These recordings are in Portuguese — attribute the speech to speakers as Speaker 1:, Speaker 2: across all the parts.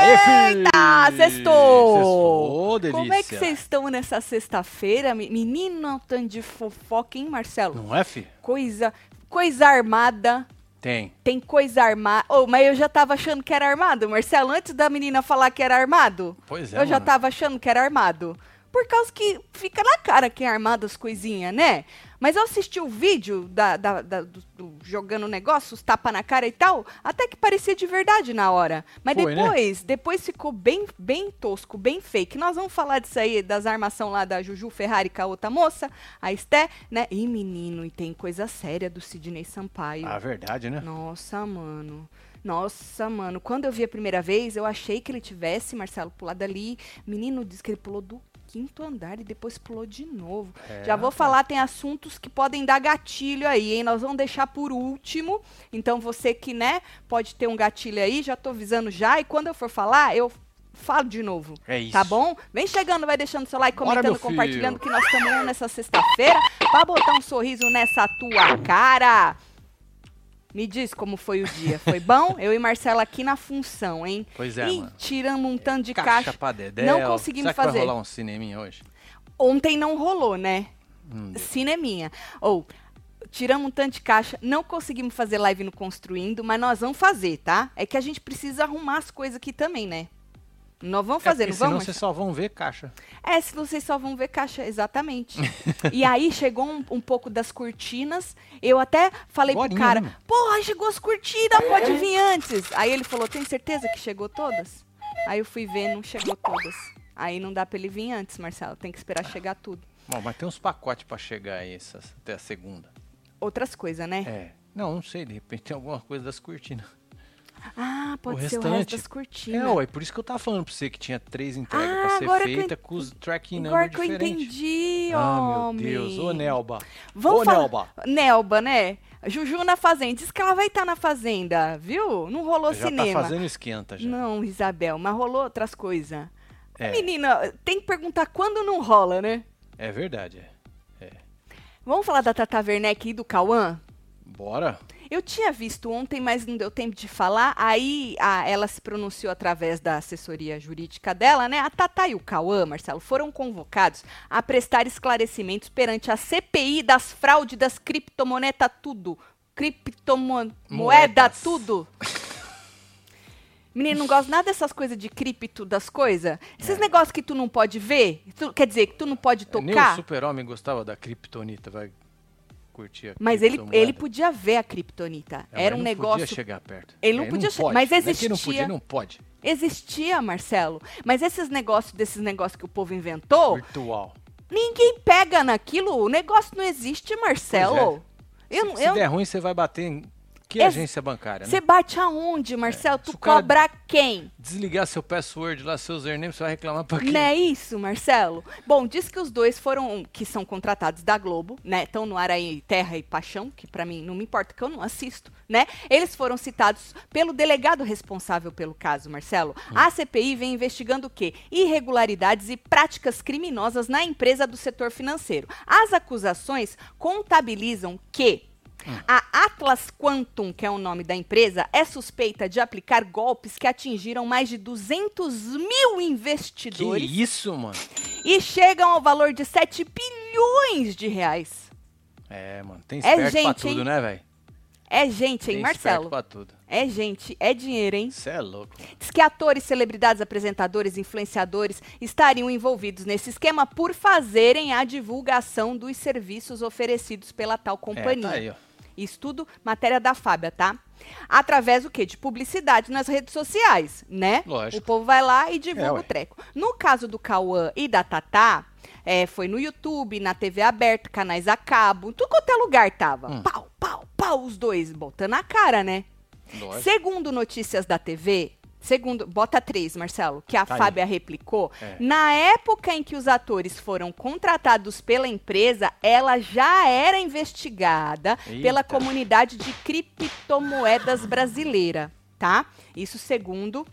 Speaker 1: Eita, sextou!
Speaker 2: Ô, delícia.
Speaker 1: Como é que vocês estão nessa sexta-feira? Me- Menino, tanto de fofoca, hein, Marcelo?
Speaker 2: Não é, fi?
Speaker 1: Coisa, coisa armada.
Speaker 2: Tem.
Speaker 1: Tem coisa armada. Oh, mas eu já tava achando que era armado, Marcelo. Antes da menina falar que era armado,
Speaker 2: Pois é,
Speaker 1: eu já
Speaker 2: mano.
Speaker 1: tava achando que era armado. Por causa que fica na cara que é armado as coisinhas, né? Mas eu assisti o vídeo da, da- da- do, do jogando o negócio, os tapa na cara e tal, até que parecia de verdade na hora. Mas
Speaker 2: Foi, né?
Speaker 1: depois, depois ficou bem, bem tosco, bem fake. Nós vamos falar disso aí, das armação lá da Juju Ferrari com a outra moça, a Esté, né? E menino, e tem coisa séria do Sidney Sampaio.
Speaker 2: A verdade, né?
Speaker 1: Nossa, mano. Nossa, mano. Quando eu vi a primeira vez, eu achei que ele tivesse, Marcelo, pulado ali. Menino diz que ele pulou do quinto andar e depois pulou de novo.
Speaker 2: É,
Speaker 1: Já vou
Speaker 2: rapaz.
Speaker 1: falar, tem assuntos que podem dar gatilho aí, hein? Nós vamos deixar por último. Então você que, né, pode ter um gatilho aí, já tô avisando já. E quando eu for falar, eu falo de novo.
Speaker 2: É isso.
Speaker 1: Tá bom? Vem chegando, vai deixando seu like,
Speaker 2: Bora,
Speaker 1: comentando,
Speaker 2: meu filho.
Speaker 1: compartilhando que nós estamos on nessa sexta-feira pra botar um sorriso nessa tua cara. Me diz como foi o dia. Foi bom? Eu e Marcela aqui na função, hein?
Speaker 2: Pois é,
Speaker 1: e
Speaker 2: mano.
Speaker 1: tiramos um tanto de
Speaker 2: Caixa,
Speaker 1: caixa.
Speaker 2: pra Dedé.
Speaker 1: Não
Speaker 2: ó.
Speaker 1: conseguimos
Speaker 2: Será que
Speaker 1: fazer.
Speaker 2: vai rolar um cineminha hoje?
Speaker 1: Ontem não rolou, né?
Speaker 2: Hum.
Speaker 1: Cineminha. Ou, tiramos um tanto de caixa, não conseguimos fazer live no Construindo, mas nós vamos fazer, tá? É que a gente precisa arrumar as coisas aqui também, né? Nós vamos fazer,
Speaker 2: é, porque
Speaker 1: não
Speaker 2: senão
Speaker 1: vamos?
Speaker 2: vocês só vão ver caixa.
Speaker 1: É, se vocês só vão ver caixa, exatamente. e aí chegou um, um pouco das cortinas. Eu até falei
Speaker 2: Agorinha,
Speaker 1: pro cara,
Speaker 2: né? É.
Speaker 1: porra, chegou as cortinas, pode vir antes. Aí ele falou, tem certeza que chegou todas? Aí eu fui ver, não chegou todas. Aí não dá pra ele vir antes, Marcelo. Tem que esperar chegar tudo.
Speaker 2: Bom, mas tem uns pacotes pra chegar aí essas- até a segunda.
Speaker 1: Outras coisas, né?
Speaker 2: É. Não, não sei, de repente tem alguma coisa das cortinas.
Speaker 1: Ah, pode
Speaker 2: O
Speaker 1: ser o resto
Speaker 2: restante.
Speaker 1: das cortinas.
Speaker 2: É, ué, por isso que eu tava falando pra você que tinha três entregas
Speaker 1: Ah,
Speaker 2: pra ser
Speaker 1: agora que eu
Speaker 2: feita com os tracking
Speaker 1: Agora
Speaker 2: number
Speaker 1: que eu
Speaker 2: né, é diferente.
Speaker 1: entendi,
Speaker 2: Ah, meu
Speaker 1: homem.
Speaker 2: Deus. Ô, Nelba.
Speaker 1: Vamos
Speaker 2: Ô,
Speaker 1: falar-
Speaker 2: Nelba.
Speaker 1: Nelba, né? Juju na Fazenda. Diz que ela vai estar na Fazenda, viu? Não rolou
Speaker 2: Já tá
Speaker 1: cinema.
Speaker 2: fazendo esquenta já.
Speaker 1: Não, Isabel, mas rolou outras coisas.
Speaker 2: É.
Speaker 1: Menina, tem que perguntar quando não rola, né?
Speaker 2: É verdade. é.
Speaker 1: Vamos falar da Tata Werneck e do Cauã?
Speaker 2: Bora.
Speaker 1: Eu tinha visto ontem, mas não deu tempo de falar. Aí a- ela se pronunciou através da assessoria jurídica dela, né? A Tata e o Cauã, Marcelo, foram convocados a prestar esclarecimentos perante a CPI das fraudes das criptomonedas tudo. Criptomoeda
Speaker 2: Moedas.
Speaker 1: tudo. Menino, não gosto nada dessas coisas de cripto das coisas. Esses negócios que tu não pode ver, tu- quer dizer, que tu não pode
Speaker 2: É. Nem
Speaker 1: tocar.
Speaker 2: o super-homem gostava da Kryptonita, vai curtir a
Speaker 1: Mas ele,
Speaker 2: criptomoeda.
Speaker 1: ele podia ver a criptonita.
Speaker 2: É, mas
Speaker 1: Era um
Speaker 2: não
Speaker 1: negócio
Speaker 2: podia chegar perto.
Speaker 1: Ele não
Speaker 2: É,
Speaker 1: podia che-
Speaker 2: pode.
Speaker 1: mas
Speaker 2: Não é que não
Speaker 1: existia.
Speaker 2: podia, não pode.
Speaker 1: Existia, Marcelo. Mas esses negócios, desses negócios que o povo inventou,
Speaker 2: Virtual.
Speaker 1: ninguém pega naquilo. O negócio não existe, Marcelo. Eu,
Speaker 2: é. se,
Speaker 1: não-
Speaker 2: se
Speaker 1: eu,
Speaker 2: der ruim, você vai bater em que
Speaker 1: É-
Speaker 2: agência bancária, né? É.
Speaker 1: você bate aonde, Marcelo?
Speaker 2: se
Speaker 1: Tu
Speaker 2: o cara-
Speaker 1: cobra quem?
Speaker 2: Desligar seu password lá, seu username, você vai reclamar pra quem?
Speaker 1: Não é isso, Marcelo? Bom, diz que os dois foram, que são contratados da Globo, né? Estão no ar aí Terra e Paixão, que pra mim não me importa, que eu não assisto, né? Eles foram citados pelo delegado responsável pelo caso, Marcelo. A CPI vem investigando o quê? Irregularidades e práticas criminosas na empresa do setor financeiro. As acusações contabilizam que a Atlas Quantum, que é o nome da empresa, é suspeita de aplicar golpes que atingiram mais de 200 mil
Speaker 2: Que
Speaker 1: investidores
Speaker 2: isso, mano?
Speaker 1: e chegam ao valor de 7 bilhões de reais.
Speaker 2: É, mano, tem esperto pra
Speaker 1: gente,
Speaker 2: tudo,
Speaker 1: hein?
Speaker 2: né, velho?
Speaker 1: É gente, hein,
Speaker 2: Tem esperto
Speaker 1: Marcelo?
Speaker 2: pra tudo.
Speaker 1: É gente, é dinheiro, hein?
Speaker 2: Você é louco.
Speaker 1: Diz que atores, celebridades, apresentadores, influenciadores estariam envolvidos nesse esquema por fazerem a divulgação dos serviços oferecidos pela tal
Speaker 2: É,
Speaker 1: companhia.
Speaker 2: tá aí, ó.
Speaker 1: Isso tudo matéria da Fábia, tá? Através o quê? De publicidade nas redes sociais, né?
Speaker 2: Lógico.
Speaker 1: O povo vai lá e
Speaker 2: É,
Speaker 1: divulga
Speaker 2: ué.
Speaker 1: o treco. No caso do Cauã e da Tatá, é, foi no YouTube, na TV aberta, canais a cabo, tudo quanto é lugar tava.
Speaker 2: Hum.
Speaker 1: Pau, pau, pau, os dois botando a cara, né?
Speaker 2: Lógico.
Speaker 1: Segundo notícias da TV, segundo, bota três, Marcelo, que a
Speaker 2: Tá aí.
Speaker 1: Fábia replicou,
Speaker 2: É.
Speaker 1: na época em que os atores foram contratados pela empresa, ela já era investigada
Speaker 2: Eita.
Speaker 1: pela comunidade de criptomoedas brasileira, tá? Isso segundo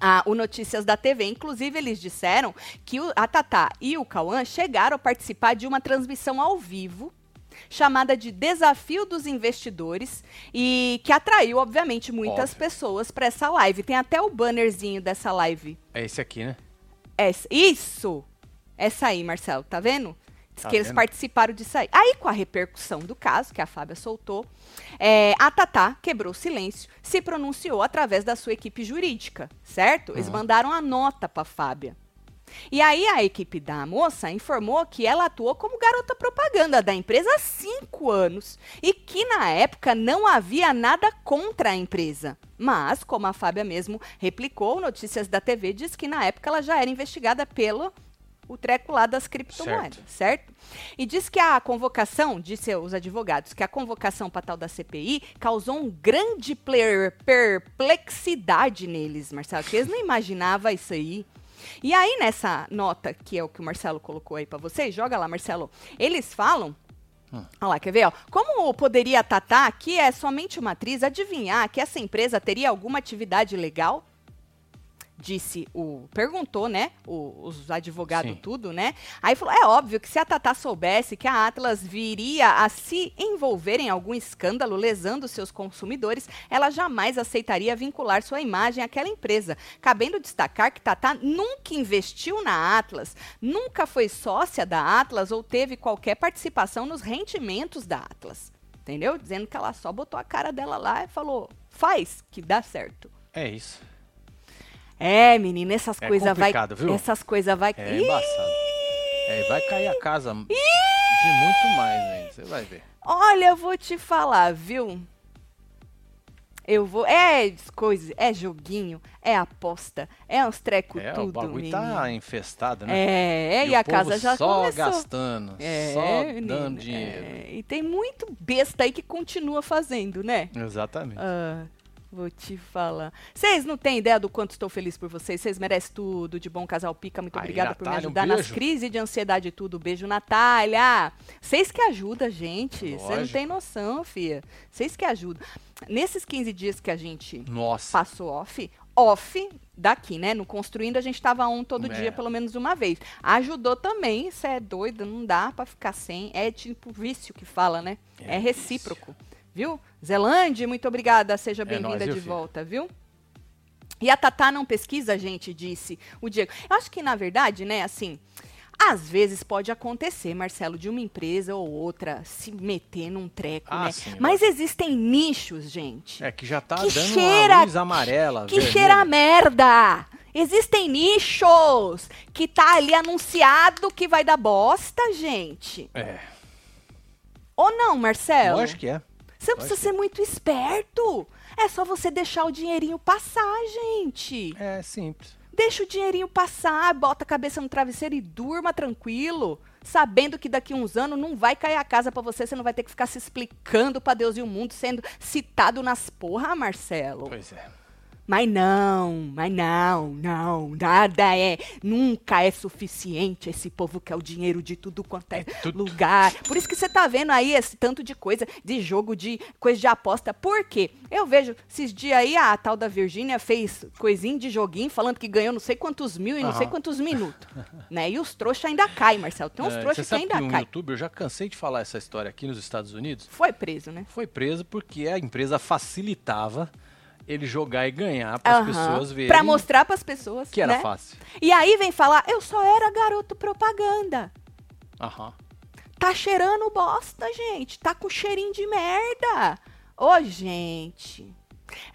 Speaker 1: ah, o Notícias da TV. Inclusive, eles disseram que o- a Tatá e o Cauã chegaram a participar de uma transmissão ao vivo chamada de Desafio dos Investidores, e que atraiu, obviamente, muitas
Speaker 2: Óbvio.
Speaker 1: pessoas para essa live. Tem até o bannerzinho dessa live.
Speaker 2: É esse aqui, né?
Speaker 1: Essa- isso! Essa aí, Marcelo, tá vendo? Diz
Speaker 2: Tá
Speaker 1: que eles
Speaker 2: vendo?
Speaker 1: participaram disso aí. Aí, com a repercussão do caso, que a Fábia soltou, é, a Tatá quebrou o silêncio, se pronunciou através da sua equipe jurídica, certo? Eles
Speaker 2: Uhum.
Speaker 1: mandaram a nota pra Fábia. E aí, a equipe da moça informou que ela atuou como garota propaganda da empresa há cinco anos e que, na época, não havia nada contra a empresa. Mas, como a Fábia mesmo replicou, Notícias da TV diz que, na época, ela já era investigada pelo o treco lá das criptomoedas, certo. E diz que a convocação, disse os advogados, que a convocação para tal da CPI causou um grande player- perplexidade neles, Marcelo, que eles não imaginavam isso aí. E aí, nessa nota, que é o que o Marcelo colocou aí para vocês, joga lá, Marcelo, eles falam Olha lá, quer ver? Ó. Como poderia a Tatá, que é somente uma atriz, adivinhar que essa empresa teria alguma atividade legal? Disse o. Perguntou, né? o- os advogados,
Speaker 2: Sim.
Speaker 1: tudo, né? Aí falou: é óbvio que se a Tatá soubesse que a Atlas viria a se envolver em algum escândalo lesando seus consumidores, ela jamais aceitaria vincular sua imagem àquela empresa. Cabendo destacar que Tatá nunca investiu na Atlas, nunca foi sócia da Atlas ou teve qualquer participação nos rendimentos da Atlas. Entendeu? Dizendo que ela só botou a cara dela lá e falou: faz que dá certo.
Speaker 2: É isso.
Speaker 1: É, menina, essas
Speaker 2: É
Speaker 1: coisas vai.
Speaker 2: complicado, viu?
Speaker 1: Essas coisas vai.
Speaker 2: É
Speaker 1: Ih,
Speaker 2: embaçado. É, vai cair a casa de muito mais, né? Você vai ver.
Speaker 1: Olha, eu vou te falar, viu? Eu vou. É coisa, é joguinho, é aposta, é uns treco
Speaker 2: É,
Speaker 1: tudo.
Speaker 2: o bagulho
Speaker 1: menino.
Speaker 2: tá infestado, né?
Speaker 1: É, e,
Speaker 2: o
Speaker 1: a
Speaker 2: povo
Speaker 1: casa já
Speaker 2: só
Speaker 1: começou.
Speaker 2: gastando,
Speaker 1: É,
Speaker 2: só
Speaker 1: menino,
Speaker 2: dando dinheiro.
Speaker 1: é, e tem muito besta aí que continua fazendo, né?
Speaker 2: Exatamente.
Speaker 1: Ah, vou te falar. Vocês não têm ideia do quanto estou feliz por vocês. Vocês merecem tudo de bom casal pica. Muito
Speaker 2: Aí,
Speaker 1: obrigada por me
Speaker 2: Natália, um
Speaker 1: ajudar nas
Speaker 2: beijo.
Speaker 1: crises de ansiedade e tudo. Beijo, Natália. Vocês que ajudam, a gente. Vocês não
Speaker 2: Lógico.
Speaker 1: têm noção, fia. Vocês que ajudam. Nesses 15 dias que a gente
Speaker 2: Nossa,
Speaker 1: passou off, off daqui, né? No construindo a gente tava on todo
Speaker 2: É.
Speaker 1: dia pelo menos uma vez. Ajudou também, isso é doido, não dá pra ficar sem. É tipo vício que fala, né? É,
Speaker 2: É
Speaker 1: recíproco, viu? Zelândia, muito obrigada, seja
Speaker 2: É
Speaker 1: bem-vinda
Speaker 2: nóis, viu,
Speaker 1: de
Speaker 2: filha?
Speaker 1: volta, viu? E a Tatá não pesquisa, gente, disse o Diego. Eu acho que na verdade, né, assim, às vezes pode acontecer, Marcelo, de uma empresa ou outra se meter num treco,
Speaker 2: Ah,
Speaker 1: né?
Speaker 2: sim,
Speaker 1: Mas existem nichos, gente.
Speaker 2: é que já tá
Speaker 1: Que
Speaker 2: dando
Speaker 1: cheira-
Speaker 2: uma luz amarela.
Speaker 1: Que
Speaker 2: vermelha.
Speaker 1: cheira a merda! Existem nichos que tá ali anunciado que vai dar bosta, gente.
Speaker 2: É,
Speaker 1: Ou não, Marcelo?
Speaker 2: lógico que é.
Speaker 1: Você não precisa
Speaker 2: lógico.
Speaker 1: ser muito esperto. É só você deixar o dinheirinho passar, gente.
Speaker 2: É simples.
Speaker 1: Deixa o dinheirinho passar, bota a cabeça no travesseiro e durma tranquilo, sabendo que daqui uns anos não vai cair a casa pra você, você não vai ter que ficar se explicando pra Deus e o mundo sendo citado nas porra, Marcelo.
Speaker 2: Pois é.
Speaker 1: Mas não, mas não, não, nada é, nunca é suficiente esse povo que é o dinheiro de tudo quanto é,
Speaker 2: É tudo.
Speaker 1: lugar. Por isso que você tá vendo aí esse tanto de coisa, de jogo, de coisa de aposta. Por quê? Eu vejo esses dias aí a tal da Virgínia fez coisinha de joguinho falando que ganhou não sei quantos mil e não
Speaker 2: Aham.
Speaker 1: sei quantos minutos, né? E os trouxas ainda caem, Marcelo. Tem uns
Speaker 2: É, você
Speaker 1: trouxas que
Speaker 2: sabe
Speaker 1: ainda
Speaker 2: um
Speaker 1: caem.
Speaker 2: youtuber, eu já cansei de falar essa história aqui nos Estados Unidos,
Speaker 1: Foi preso, né?
Speaker 2: foi preso porque a empresa facilitava ele jogar e ganhar para as
Speaker 1: Aham.
Speaker 2: pessoas verem
Speaker 1: Pra mostrar pras pessoas,
Speaker 2: que era
Speaker 1: né?
Speaker 2: fácil.
Speaker 1: E aí vem falar, eu só era garoto propaganda.
Speaker 2: Aham.
Speaker 1: Tá cheirando bosta, gente. Tá com cheirinho de merda. Ô, gente.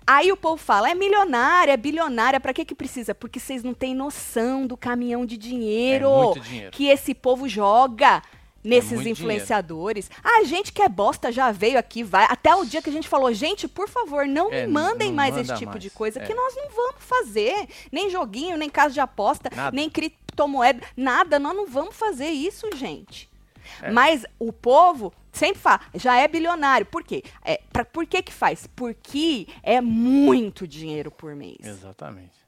Speaker 1: Aí o povo fala, é milionária, é bilionária, pra que que precisa? Porque vocês não têm noção do caminhão de dinheiro
Speaker 2: É muito dinheiro. É
Speaker 1: que esse povo joga nesses
Speaker 2: muito
Speaker 1: influenciadores. A gente que é bosta já veio aqui, vai. Até o dia que a gente falou, gente, por favor, não
Speaker 2: É,
Speaker 1: me mandem
Speaker 2: não
Speaker 1: mais
Speaker 2: manda
Speaker 1: esse tipo de
Speaker 2: mais.
Speaker 1: coisa,
Speaker 2: É.
Speaker 1: que nós não vamos fazer. Nem joguinho, nem casa de aposta,
Speaker 2: Nada.
Speaker 1: nem criptomoeda, nada. Nós não vamos fazer isso, gente.
Speaker 2: É.
Speaker 1: Mas o povo sempre fala, já é bilionário. Por quê? É, pra, por que que faz? Porque é muito dinheiro por mês.
Speaker 2: Exatamente.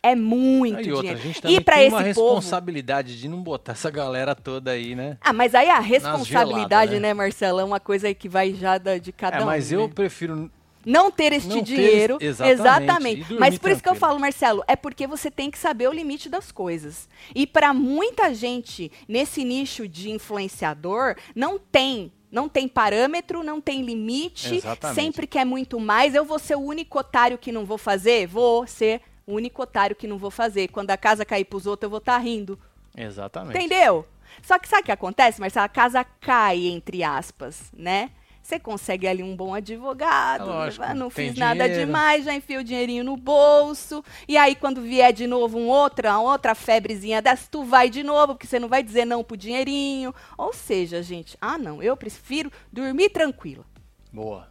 Speaker 1: É muito
Speaker 2: Aí Ah, outra, a
Speaker 1: dinheiro.
Speaker 2: gente também
Speaker 1: E pra
Speaker 2: tem
Speaker 1: esse
Speaker 2: uma
Speaker 1: povo...
Speaker 2: responsabilidade de não botar essa galera toda aí, né?
Speaker 1: Ah, mas aí a responsabilidade,
Speaker 2: geladas,
Speaker 1: né, Marcelo, é uma coisa aí que vai já da- de cada
Speaker 2: é, mas
Speaker 1: um.
Speaker 2: eu
Speaker 1: né?
Speaker 2: prefiro
Speaker 1: Não ter este
Speaker 2: não ter
Speaker 1: dinheiro.
Speaker 2: esse- exatamente, e dormir
Speaker 1: Mas por isso que eu
Speaker 2: tranquilo.
Speaker 1: falo, Marcelo, é porque você tem que saber o limite das coisas. E para muita gente nesse nicho de influenciador, não tem Não tem parâmetro, não tem limite,
Speaker 2: Exatamente.
Speaker 1: sempre quer muito mais. Eu vou ser o único otário que não vou fazer? Vou ser o único otário que não vou fazer. Quando a casa cair pros outros, eu vou estar rindo.
Speaker 2: Exatamente.
Speaker 1: Entendeu? Só que sabe o que acontece, Marcelo? A casa cai, entre aspas, né? Você consegue ali um bom advogado,
Speaker 2: É lógico,
Speaker 1: ah, não
Speaker 2: tem
Speaker 1: fiz nada
Speaker 2: dinheiro.
Speaker 1: demais, já enfio o dinheirinho no bolso. E aí, quando vier de novo um outra, outra febrezinha dessa, tu vai de novo, porque você não vai dizer não pro dinheirinho. Ou seja, gente, ah não, eu prefiro dormir tranquila.
Speaker 2: Boa.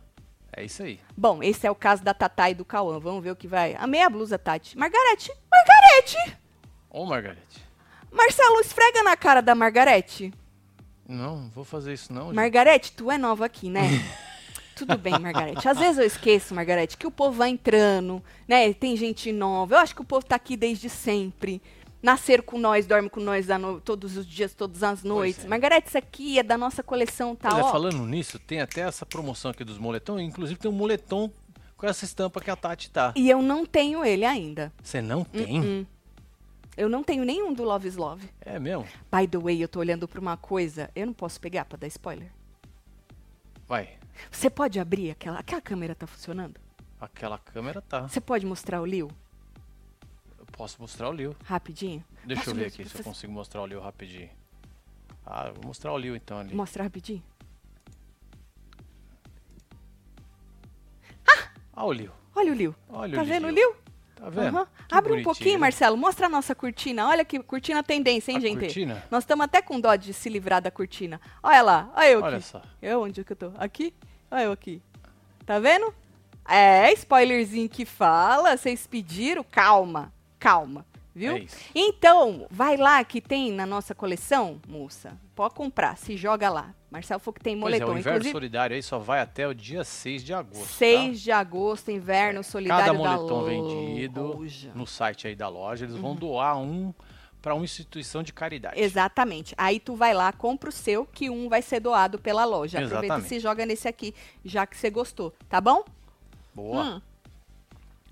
Speaker 2: É isso aí.
Speaker 1: Bom, esse é o caso da Tatá e do Cauã. Vamos ver o que vai. Amei a blusa, Tati. Margarete! Margarete!
Speaker 2: Ô, Margarete.
Speaker 1: Marcelo, esfrega na cara da Margarete.
Speaker 2: Não, não vou fazer isso não. gente.
Speaker 1: Margarete, tu é nova aqui, né? Tudo bem, Margarete. Às vezes eu esqueço, Margarete, que o povo vai entrando, né? Tem gente nova. Eu acho que o povo tá aqui desde sempre. Nascer com nós, dorme com nós da no- todos os dias, todas as noites.
Speaker 2: é.
Speaker 1: Margarete, isso aqui é da nossa coleção, tá?
Speaker 2: Pois é,
Speaker 1: ó.
Speaker 2: falando nisso, tem até essa promoção aqui dos moletons. Inclusive tem um moletom com essa estampa que a Tati tá.
Speaker 1: E eu não tenho ele ainda.
Speaker 2: Você não tem?
Speaker 1: hum. Eu não tenho nenhum do Love is Love.
Speaker 2: É mesmo?
Speaker 1: By the way, eu tô olhando pra uma coisa. Eu não posso pegar pra dar spoiler.
Speaker 2: Vai.
Speaker 1: Você pode abrir aquela. Aquela câmera tá funcionando?
Speaker 2: Aquela câmera tá.
Speaker 1: Você pode mostrar o Liu
Speaker 2: Eu posso mostrar o Liu.
Speaker 1: rapidinho?
Speaker 2: Deixa
Speaker 1: Posso
Speaker 2: eu ver
Speaker 1: mesmo?
Speaker 2: aqui se eu
Speaker 1: Você-
Speaker 2: consigo mostrar o Liu rapidinho. Ah, eu vou mostrar o Liu então ali.
Speaker 1: Mostra rapidinho.
Speaker 2: Ah, o Liu.
Speaker 1: Olha o Liu.
Speaker 2: Olha
Speaker 1: tá
Speaker 2: o
Speaker 1: vendo o
Speaker 2: Liu.
Speaker 1: Liu?
Speaker 2: Tá vendo?
Speaker 1: Aham.
Speaker 2: Que
Speaker 1: Abre um
Speaker 2: bonitinho,
Speaker 1: pouquinho,
Speaker 2: né?
Speaker 1: Marcelo. Mostra a nossa cortina. Olha que cortina tendência, hein,
Speaker 2: A
Speaker 1: gente?
Speaker 2: cortina?
Speaker 1: Nós estamos até com dó de se livrar da cortina. Olha lá. Olha eu aqui.
Speaker 2: Olha só.
Speaker 1: Eu, onde é que eu tô? Aqui? Olha eu aqui. Tá vendo? É, spoilerzinho que fala. Vocês pediram. Calma. Calma. Viu?
Speaker 2: É isso.
Speaker 1: Então, vai lá que tem na nossa coleção, moça. Pode comprar. Se joga lá. Marcelo falou que tem
Speaker 2: Pois é,
Speaker 1: moletom.
Speaker 2: o inverno
Speaker 1: Inclusive,
Speaker 2: solidário aí só vai até o dia 6 de agosto.
Speaker 1: 6 de agosto, inverno
Speaker 2: tá? Cada
Speaker 1: solidário da
Speaker 2: moletom vendido
Speaker 1: loja.
Speaker 2: no site aí da loja, eles
Speaker 1: Uhum.
Speaker 2: vão doar um para uma instituição de caridade.
Speaker 1: Exatamente. Aí tu vai lá, compra o seu, que um vai ser doado pela loja. Aproveita e
Speaker 2: Exatamente.
Speaker 1: se joga nesse aqui, já que você gostou, tá bom?
Speaker 2: Boa.
Speaker 1: Hum.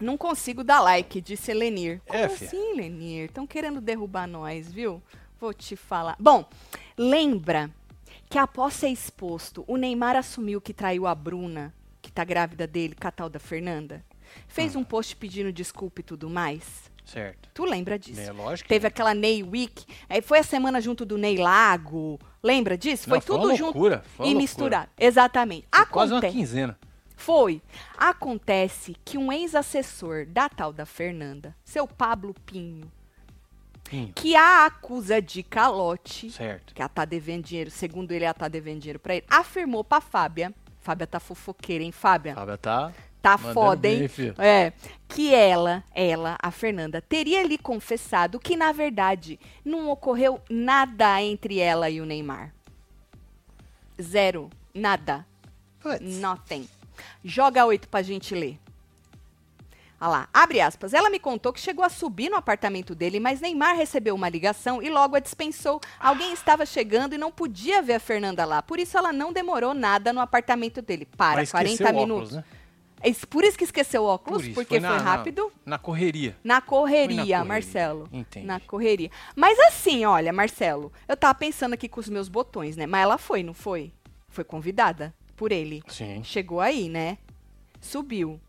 Speaker 1: Não consigo dar like, disse Lenir. Como
Speaker 2: É, fia.
Speaker 1: assim, Lenir? Estão querendo derrubar nós, viu? Vou te falar. Bom, lembra que após ser exposto, o Neymar assumiu que traiu a Bruna, que tá grávida dele, Catalda Fernanda.
Speaker 2: Ah.
Speaker 1: Fez um post pedindo desculpa e tudo mais.
Speaker 2: Certo.
Speaker 1: Tu lembra disso?
Speaker 2: É lógico.
Speaker 1: Teve aquela Ney Week, aí foi a semana junto do Ney Lago, lembra disso?
Speaker 2: Não,
Speaker 1: foi tudo
Speaker 2: uma
Speaker 1: junto
Speaker 2: loucura, foi uma
Speaker 1: e
Speaker 2: loucura.
Speaker 1: misturado. Exatamente.
Speaker 2: Foi Quase uma
Speaker 1: Aconte-
Speaker 2: quinzena.
Speaker 1: Foi. Acontece que um ex-assessor da tal da Fernanda, seu Pablo Pinho,
Speaker 2: Pinho.
Speaker 1: que a acusa de calote,
Speaker 2: Hum, Certo.
Speaker 1: que ela tá devendo dinheiro, segundo ele, ela tá devendo dinheiro pra ele, afirmou pra Fábia, Fábia tá fofoqueira, hein, Fábia?
Speaker 2: Fábio tá.
Speaker 1: Tá
Speaker 2: mandando
Speaker 1: foda,
Speaker 2: bem,
Speaker 1: hein?
Speaker 2: filho.
Speaker 1: É, que ela, ela, a Fernanda, teria lhe confessado que, na verdade, não ocorreu nada entre ela e o Neymar. Zero. Nada.
Speaker 2: Putz.
Speaker 1: Nothing. Joga oito pra gente ler. Olha lá, abre aspas. Ela me contou que chegou a subir no apartamento dele, mas Neymar recebeu uma ligação e logo a dispensou. Alguém estava chegando e não podia ver a Fernanda lá. Por isso ela não demorou nada no apartamento dele. Para,
Speaker 2: Mas esqueceu
Speaker 1: 40
Speaker 2: o óculos,
Speaker 1: minutos.
Speaker 2: né?
Speaker 1: É isso- Por isso que esqueceu o óculos,
Speaker 2: Por isso,
Speaker 1: porque foi,
Speaker 2: na- na-
Speaker 1: rápido.
Speaker 2: Na correria.
Speaker 1: Na correria,
Speaker 2: correria,
Speaker 1: Marcelo.
Speaker 2: entendi.
Speaker 1: Na correria. Mas assim, olha, Marcelo, eu tava pensando aqui com os meus botões, né? Mas ela foi, não foi? Foi convidada por ele.
Speaker 2: Sim.
Speaker 1: Chegou aí, né? Subiu.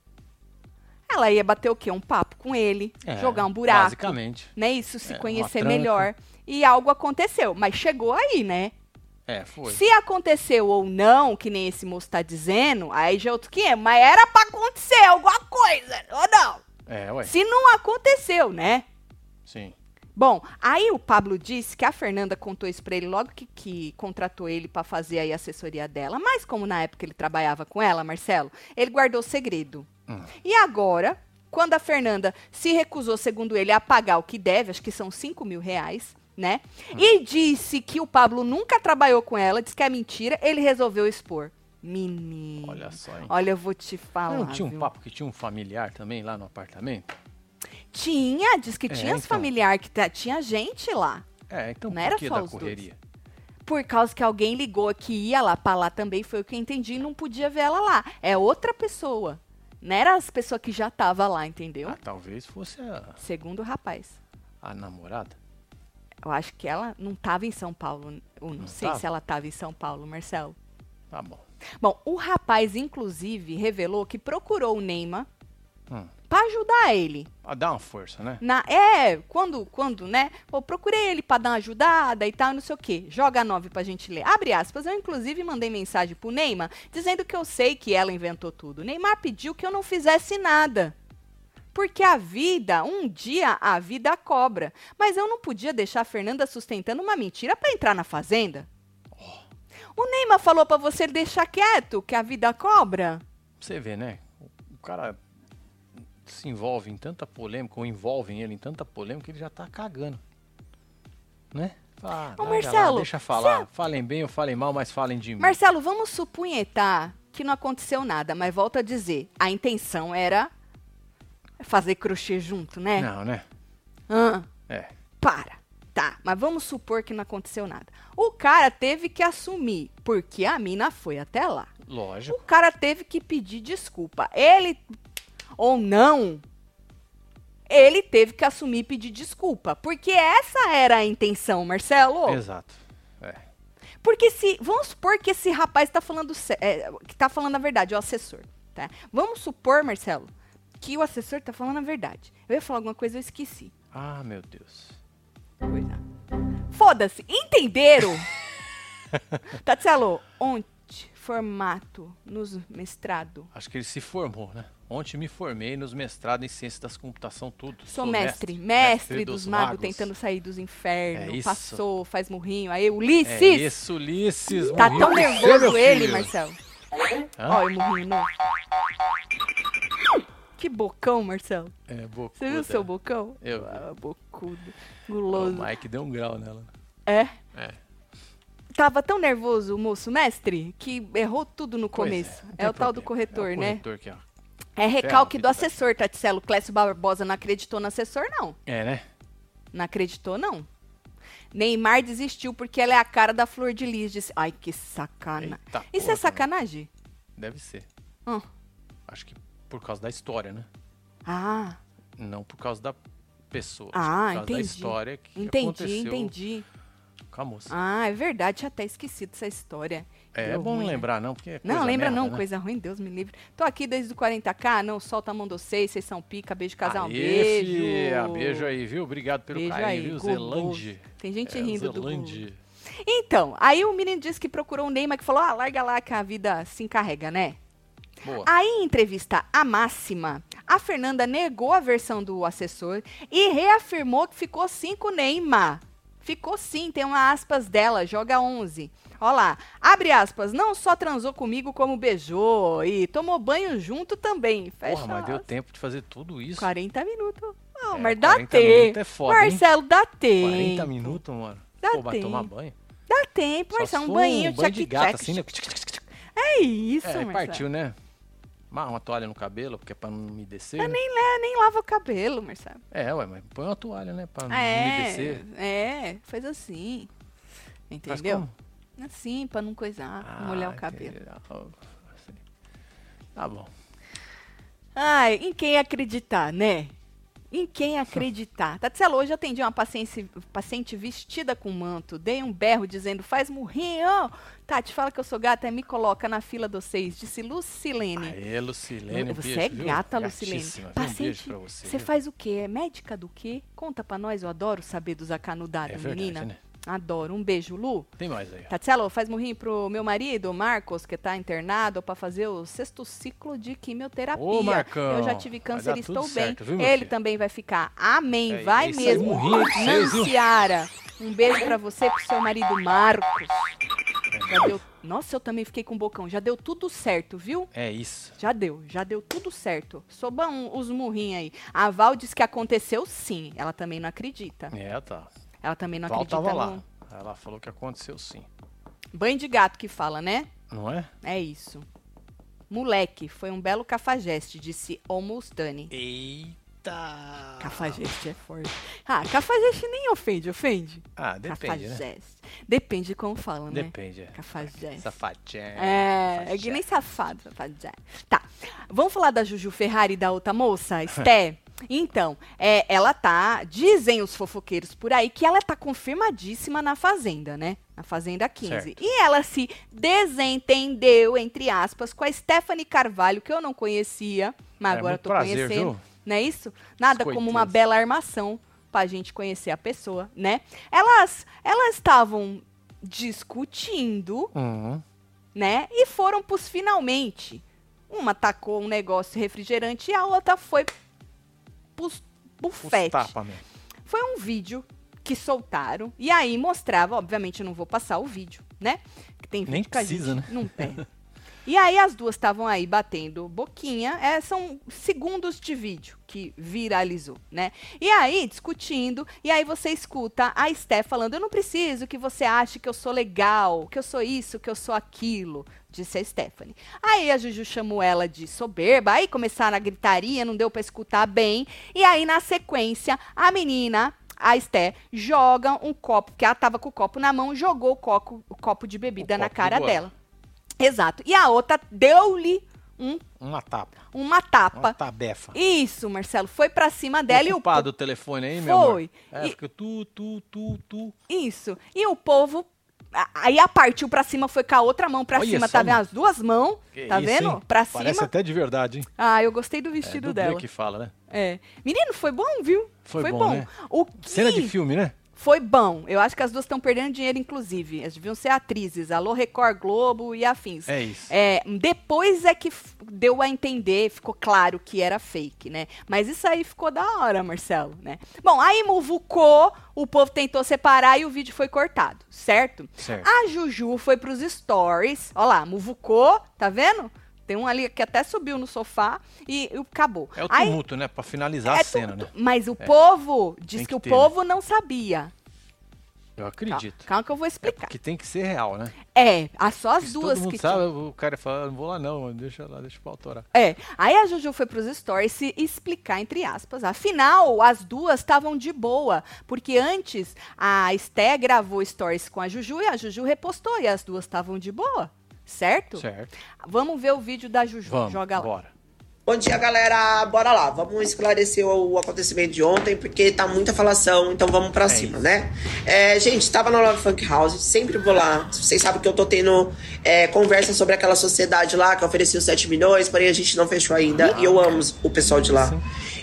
Speaker 1: Ela ia bater o quê? Um papo com ele,
Speaker 2: É,
Speaker 1: jogar um buraco,
Speaker 2: Basicamente.
Speaker 1: né? Isso, se
Speaker 2: É, uma
Speaker 1: conhecer
Speaker 2: tranca.
Speaker 1: melhor. E algo aconteceu, mas chegou aí, né?
Speaker 2: É, foi.
Speaker 1: Se aconteceu ou não, que nem esse moço tá dizendo, aí já é outro que é, mas era pra acontecer alguma coisa, ou não?
Speaker 2: É, ué.
Speaker 1: Se não aconteceu, né?
Speaker 2: Sim.
Speaker 1: Bom, aí o Pablo disse que a Fernanda contou isso pra ele logo que, que contratou ele pra fazer aí a assessoria dela, mas como na época ele trabalhava com ela, Marcelo, ele guardou segredo.
Speaker 2: Hum.
Speaker 1: E agora, quando a Fernanda se recusou, segundo ele, a pagar o que deve, acho que são 5 mil reais, né?
Speaker 2: Hum.
Speaker 1: E disse que o Pablo nunca trabalhou com ela, disse que é mentira, ele resolveu expor. Menino.
Speaker 2: Olha só, hein?
Speaker 1: Olha, eu vou te falar.
Speaker 2: Não tinha um
Speaker 1: viu?
Speaker 2: papo que tinha um familiar também lá no apartamento?
Speaker 1: Tinha, diz que
Speaker 2: É,
Speaker 1: tinha os
Speaker 2: então.
Speaker 1: familiares, que tá- tinha gente lá.
Speaker 2: É, então
Speaker 1: Não
Speaker 2: por
Speaker 1: era
Speaker 2: que
Speaker 1: só
Speaker 2: da
Speaker 1: os dois.
Speaker 2: correria?
Speaker 1: Por causa que alguém ligou que ia lá pra lá também, foi o que eu entendi, e não podia ver ela lá. É outra pessoa. Não era as pessoas que já tava lá, entendeu?
Speaker 2: Ah, talvez fosse a,
Speaker 1: Segundo o rapaz.
Speaker 2: a namorada.
Speaker 1: Eu acho que ela não tava em São Paulo. Eu não,
Speaker 2: Não
Speaker 1: sei
Speaker 2: tava?
Speaker 1: se ela tava em São Paulo, Marcelo.
Speaker 2: Tá bom.
Speaker 1: Bom, o rapaz, inclusive, revelou que procurou o Neymar
Speaker 2: Hum.
Speaker 1: pra ajudar ele.
Speaker 2: Ah, dá uma força, né?
Speaker 1: Na, é, quando, quando, né? Pô, procurei ele pra dar uma ajudada e tal, não sei o quê. Joga a 9 pra gente ler. Abre aspas, eu inclusive mandei mensagem pro Neymar dizendo que eu sei que ela inventou tudo. Neymar pediu que eu não fizesse nada. Porque a vida, um dia a vida cobra. Mas eu não podia deixar a Fernanda sustentando uma mentira pra entrar na fazenda. O Neymar falou pra você deixar quieto que a vida cobra?
Speaker 2: Você vê, né? O- O cara se envolve em tanta polêmica, ou envolvem ele em tanta polêmica, que ele já tá cagando. Né? Fala,
Speaker 1: Ô,
Speaker 2: larga lá,
Speaker 1: Marcelo, é
Speaker 2: deixa falar. Falem bem ou falem mal, mas falem de mim.
Speaker 1: Marcelo, vamos supunhetar que não aconteceu nada, mas volto a dizer, a intenção era fazer crochê junto, né?
Speaker 2: Não, né?
Speaker 1: Hã?
Speaker 2: É.
Speaker 1: para. Tá, mas vamos supor que não aconteceu nada. O cara teve que assumir, porque a mina foi até lá.
Speaker 2: Lógico.
Speaker 1: O cara teve que pedir desculpa. Ele ou não, ele teve que assumir e pedir desculpa, porque essa era a intenção, Marcelo.
Speaker 2: Exato. É.
Speaker 1: Porque se. Vamos supor que esse rapaz tá falando. sé- é, que tá falando a verdade, é o assessor. Tá? Vamos supor, Marcelo, que o assessor tá falando a verdade. Eu ia falar alguma coisa, eu esqueci.
Speaker 2: Ah, meu Deus.
Speaker 1: Coisa. Foda-se, entenderam? Tatielo, ontem, formato nos mestrado.
Speaker 2: Acho que ele se formou, né? Ontem me formei nos mestrados em ciência das computação, tudo.
Speaker 1: Sou mestre, mestre, dos, magos, tentando sair dos
Speaker 2: É
Speaker 1: infernos.
Speaker 2: isso.
Speaker 1: Passou, faz murrinho. Aí,
Speaker 2: É
Speaker 1: Ulisses!
Speaker 2: isso, Ulisses.
Speaker 1: Tá
Speaker 2: morreu
Speaker 1: tão
Speaker 2: você,
Speaker 1: nervoso
Speaker 2: meu
Speaker 1: ele,
Speaker 2: filho.
Speaker 1: Marcelo.
Speaker 2: Hã?
Speaker 1: Olha, o murrinho, não. né? Que bocão, Marcelo.
Speaker 2: É, bocuda.
Speaker 1: Você viu o seu bocão?
Speaker 2: Eu vi.
Speaker 1: Ah, bocudo.
Speaker 2: O
Speaker 1: Guloso.
Speaker 2: Mike deu um grau nela.
Speaker 1: é.
Speaker 2: É.
Speaker 1: Tava tão nervoso o moço mestre que errou tudo no
Speaker 2: Pois
Speaker 1: começo.
Speaker 2: não
Speaker 1: É,
Speaker 2: tem
Speaker 1: o tal do
Speaker 2: problema.
Speaker 1: corretor,
Speaker 2: É o
Speaker 1: né?
Speaker 2: corretor que, ó.
Speaker 1: É
Speaker 2: Ferra a
Speaker 1: recalque do
Speaker 2: vida da
Speaker 1: assessor, Taticelo. Clécio Barbosa não acreditou no assessor, não.
Speaker 2: É, né?
Speaker 1: Não acreditou, não. Neymar desistiu porque ela é a cara da Flor de Lis. Disse, Ai, que sacana.
Speaker 2: Eita
Speaker 1: Isso
Speaker 2: porra, né?
Speaker 1: é sacanagem?
Speaker 2: Deve ser.
Speaker 1: Hum.
Speaker 2: Acho que por causa da história, né?
Speaker 1: Ah,
Speaker 2: Não por causa da pessoa.
Speaker 1: Ah,
Speaker 2: acho que por causa
Speaker 1: entendi.
Speaker 2: da história que
Speaker 1: entendi,
Speaker 2: aconteceu
Speaker 1: entendi.
Speaker 2: com a moça.
Speaker 1: Ah, é verdade, tinha até esquecido essa história.
Speaker 2: é
Speaker 1: Deu
Speaker 2: bom
Speaker 1: ruim, né?
Speaker 2: lembrar, não, porque é coisa
Speaker 1: Não, lembra
Speaker 2: merda,
Speaker 1: não,
Speaker 2: né?
Speaker 1: coisa ruim, Deus me livre. Tô aqui desde o 40k, não, solta a mão do vocês, vocês são pica, beijo casal, um
Speaker 2: Aê,
Speaker 1: beijo.
Speaker 2: filha, beijo aí, viu? Obrigado pelo
Speaker 1: Beijo
Speaker 2: carinho,
Speaker 1: aí,
Speaker 2: viu?
Speaker 1: guloso.
Speaker 2: Zelândia.
Speaker 1: Tem gente
Speaker 2: É,
Speaker 1: rindo do Gugu.
Speaker 2: Zelândia.
Speaker 1: Então, aí o menino disse que procurou o Neymar, que falou, ah, larga lá que a vida se encarrega, né?
Speaker 2: Boa.
Speaker 1: Aí, em entrevista à máxima, a Fernanda negou a versão do assessor e reafirmou que ficou 5 Neymar. Ficou sim, tem uma aspas dela, joga 11. Ó lá, abre aspas, não só transou comigo como beijou e tomou banho junto também. Fecha
Speaker 2: Porra, mas deu
Speaker 1: aspas.
Speaker 2: tempo de fazer tudo isso.
Speaker 1: 40 minutos. Não,
Speaker 2: É,
Speaker 1: mas dá
Speaker 2: 40 minutos
Speaker 1: tempo.
Speaker 2: é foda, hein?
Speaker 1: Marcelo, dá tempo.
Speaker 2: 40 minutos, mano.
Speaker 1: Dá
Speaker 2: Pô, vai tomar
Speaker 1: tempo.
Speaker 2: banho?
Speaker 1: Dá tempo,
Speaker 2: Só
Speaker 1: Marcelo,
Speaker 2: se
Speaker 1: um
Speaker 2: for
Speaker 1: banhinho,
Speaker 2: um banho de
Speaker 1: tchac,
Speaker 2: gato,
Speaker 1: tchac.
Speaker 2: assim, né?
Speaker 1: É isso,
Speaker 2: É, aí
Speaker 1: Marcelo.
Speaker 2: partiu, né? Amarra uma toalha no cabelo, porque é pra não me descer. né?
Speaker 1: É, nem lava o cabelo, Marcelo.
Speaker 2: É, ué, mas põe uma toalha, né? Pra não me
Speaker 1: É,
Speaker 2: descer.
Speaker 1: é, faz assim.
Speaker 2: Faz
Speaker 1: Entendeu?
Speaker 2: como?
Speaker 1: Assim, pra não coisar, molhar o
Speaker 2: Ah,
Speaker 1: cabelo.
Speaker 2: entendi. Ah, assim. Tá bom.
Speaker 1: Ai, em quem acreditar, né? Em quem acreditar. Tatselo, hoje eu atendi uma paciente, paciente vestida com manto. Dei um berro dizendo, faz murrinho. Tati, fala que eu sou gata, aí me coloca na fila dos seis. Disse Lucilene.
Speaker 2: Aê, Lucilene, um
Speaker 1: você
Speaker 2: beijo,
Speaker 1: é
Speaker 2: viu?
Speaker 1: gata, Lucilene.
Speaker 2: Gatíssima, viu? Um beijo
Speaker 1: Paciente,
Speaker 2: pra você.
Speaker 1: você
Speaker 2: viu?
Speaker 1: faz o quê? É médica do quê? Conta pra nós, eu adoro saber dos
Speaker 2: É
Speaker 1: acanudados,
Speaker 2: verdade,
Speaker 1: menina.
Speaker 2: né?
Speaker 1: Adoro. Um beijo, Lu.
Speaker 2: Tem mais aí. ó.
Speaker 1: Tatielo, faz morrinho pro meu marido, Marcos, que tá internado, pra fazer o sexto ciclo de quimioterapia.
Speaker 2: Ô, Marcão,
Speaker 1: Tá Eu já tive câncer
Speaker 2: vai
Speaker 1: e
Speaker 2: dar
Speaker 1: estou
Speaker 2: tudo
Speaker 1: bem.
Speaker 2: certo, viu, meu
Speaker 1: Ele tá-
Speaker 2: filho?
Speaker 1: também vai ficar. Amém,
Speaker 2: É
Speaker 1: vai
Speaker 2: isso aí,
Speaker 1: mesmo.
Speaker 2: morrinho pra vocês, viu?
Speaker 1: Nanciara, um beijo pra você e pro seu marido, Marcos.
Speaker 2: É.
Speaker 1: Já deu... Nossa, eu também fiquei com o bocão. Já deu tudo certo, viu?
Speaker 2: É isso.
Speaker 1: Já deu, já deu tudo certo. Soba um, os murrinhos aí. A Val diz que aconteceu sim. Ela também não acredita.
Speaker 2: É, tá.
Speaker 1: Ela também não
Speaker 2: Val
Speaker 1: acredita
Speaker 2: tava
Speaker 1: no
Speaker 2: lá. Ela falou que aconteceu sim.
Speaker 1: banho de gato que fala, né?
Speaker 2: Não é?
Speaker 1: É isso. Moleque, foi um belo cafajeste, disse Omustani.
Speaker 2: Eita!
Speaker 1: Cafajeste é forte. Ah, cafajeste nem ofende, ofende?
Speaker 2: Ah, depende, né?
Speaker 1: cafajeste. Depende de como fala, né?
Speaker 2: Depende. é.
Speaker 1: Cafajeste.
Speaker 2: Safadinha.
Speaker 1: É, é que nem safado, safado. Tá, vamos falar da Juju Ferrari e da outra moça, Esté? Então, é, ela tá. Dizem os fofoqueiros por aí que ela tá confirmadíssima na Fazenda, né? Na Fazenda 15.
Speaker 2: Certo.
Speaker 1: E ela se desentendeu, entre aspas, com a Stephanie Carvalho, que eu não conhecia, mas
Speaker 2: É,
Speaker 1: agora eu
Speaker 2: muito
Speaker 1: tô
Speaker 2: prazer,
Speaker 1: conhecendo.
Speaker 2: viu?
Speaker 1: Não é isso? Nada
Speaker 2: Biscoiteiros.
Speaker 1: como uma bela armação pra gente conhecer a pessoa, né? Elas, elas estavam discutindo
Speaker 2: Uhum.
Speaker 1: né? E foram pros finalmente. Uma tacou um negócio refrigerante e a outra foi pros
Speaker 2: Os
Speaker 1: bufete.
Speaker 2: tapa mesmo.
Speaker 1: Foi um vídeo que soltaram e aí mostrava, obviamente eu não vou passar o vídeo, né? Que tem
Speaker 2: Nem
Speaker 1: vídeo que a
Speaker 2: precisa, né?
Speaker 1: gente Não tem. E aí as duas estavam aí batendo boquinha, é, são segundos de vídeo que viralizou, né? E aí discutindo, e aí você escuta a Esté falando: "Eu não preciso que você ache que eu sou legal, que eu sou isso, que eu sou aquilo", disse a Stephanie. Aí a Juju chamou ela de soberba, aí começaram a gritaria, não deu pra escutar bem. E aí na sequência, a menina a Esté joga um copo, que ela tava com o copo na mão, jogou o copo, o copo de bebida
Speaker 2: O
Speaker 1: na
Speaker 2: copo do
Speaker 1: cara
Speaker 2: gosto.
Speaker 1: dela. Exato. E a outra deu-lhe um-
Speaker 2: Uma tapa.
Speaker 1: uma
Speaker 2: Uma
Speaker 1: tapa.
Speaker 2: tabefa.
Speaker 1: Isso, Marcelo, foi pra cima dela e o
Speaker 2: Ocupado o telefone aí,
Speaker 1: Foi.
Speaker 2: meu amor. É,
Speaker 1: E-
Speaker 2: fica tu, tu, tu, tu.
Speaker 1: Isso. E o povo. a- Aí a partiu pra cima, foi com a outra mão pra
Speaker 2: Olha
Speaker 1: cima, tá
Speaker 2: só,
Speaker 1: vendo?
Speaker 2: mano.
Speaker 1: As duas mãos,
Speaker 2: Que
Speaker 1: tá
Speaker 2: isso,
Speaker 1: vendo?
Speaker 2: hein?
Speaker 1: Pra cima.
Speaker 2: Parece até de verdade, hein?
Speaker 1: Ah, eu gostei do
Speaker 2: É,
Speaker 1: vestido
Speaker 2: dublê
Speaker 1: dela.
Speaker 2: que fala, né?
Speaker 1: É. Menino, foi bom, viu?
Speaker 2: Foi bom, né?
Speaker 1: O que
Speaker 2: Cena de filme, né?
Speaker 1: foi bom. Eu acho que as duas estão perdendo dinheiro, inclusive. Elas deviam ser atrizes. Alô, Record, Globo e afins.
Speaker 2: É isso.
Speaker 1: É, depois é que f- deu a entender, ficou claro que era fake, né? Mas isso aí ficou da hora, Marcelo, né? Bom, aí muvucou, o povo tentou separar e o vídeo foi cortado, certo?
Speaker 2: Certo.
Speaker 1: A Juju foi pros stories, ó lá, muvucou, tá vendo? Tem um ali que até subiu no sofá e, e acabou.
Speaker 2: É o
Speaker 1: Ah, Aí-
Speaker 2: tumulto, né? Pra finalizar
Speaker 1: é
Speaker 2: a cena,
Speaker 1: tumulto,
Speaker 2: né?
Speaker 1: Mas o povo diz que,
Speaker 2: Tem que
Speaker 1: o
Speaker 2: ter, né?
Speaker 1: povo não sabia.
Speaker 2: Eu
Speaker 1: Calma,
Speaker 2: acredito.
Speaker 1: Calma que eu vou explicar.
Speaker 2: Que É tem que ser real, né?
Speaker 1: É, as só as
Speaker 2: Se
Speaker 1: duas
Speaker 2: todo mundo
Speaker 1: que
Speaker 2: sabe,
Speaker 1: tinham.
Speaker 2: o cara fala, não vou lá não, deixa lá, deixa pra autorar.
Speaker 1: É, aí a Juju foi pros stories se explicar, entre aspas. Afinal, as duas estavam de boa, porque antes a Esté gravou stories com a Juju e a Juju repostou, e as duas estavam de boa, certo?
Speaker 2: Certo.
Speaker 1: Vamos ver o vídeo da Juju,
Speaker 2: Vamos,
Speaker 1: joga lá.
Speaker 2: bora.
Speaker 3: Bom dia, galera. Bora lá. Vamos esclarecer o o acontecimento de ontem, porque tá muita falação, então vamos pra cima,
Speaker 2: isso.
Speaker 3: né? É, gente, tava na Love Funk House, sempre vou lá. Vocês sabem que eu tô tendo é, conversa sobre aquela sociedade lá que ofereceu 7 milhões, porém a gente não fechou ainda. E eu amo o pessoal de lá.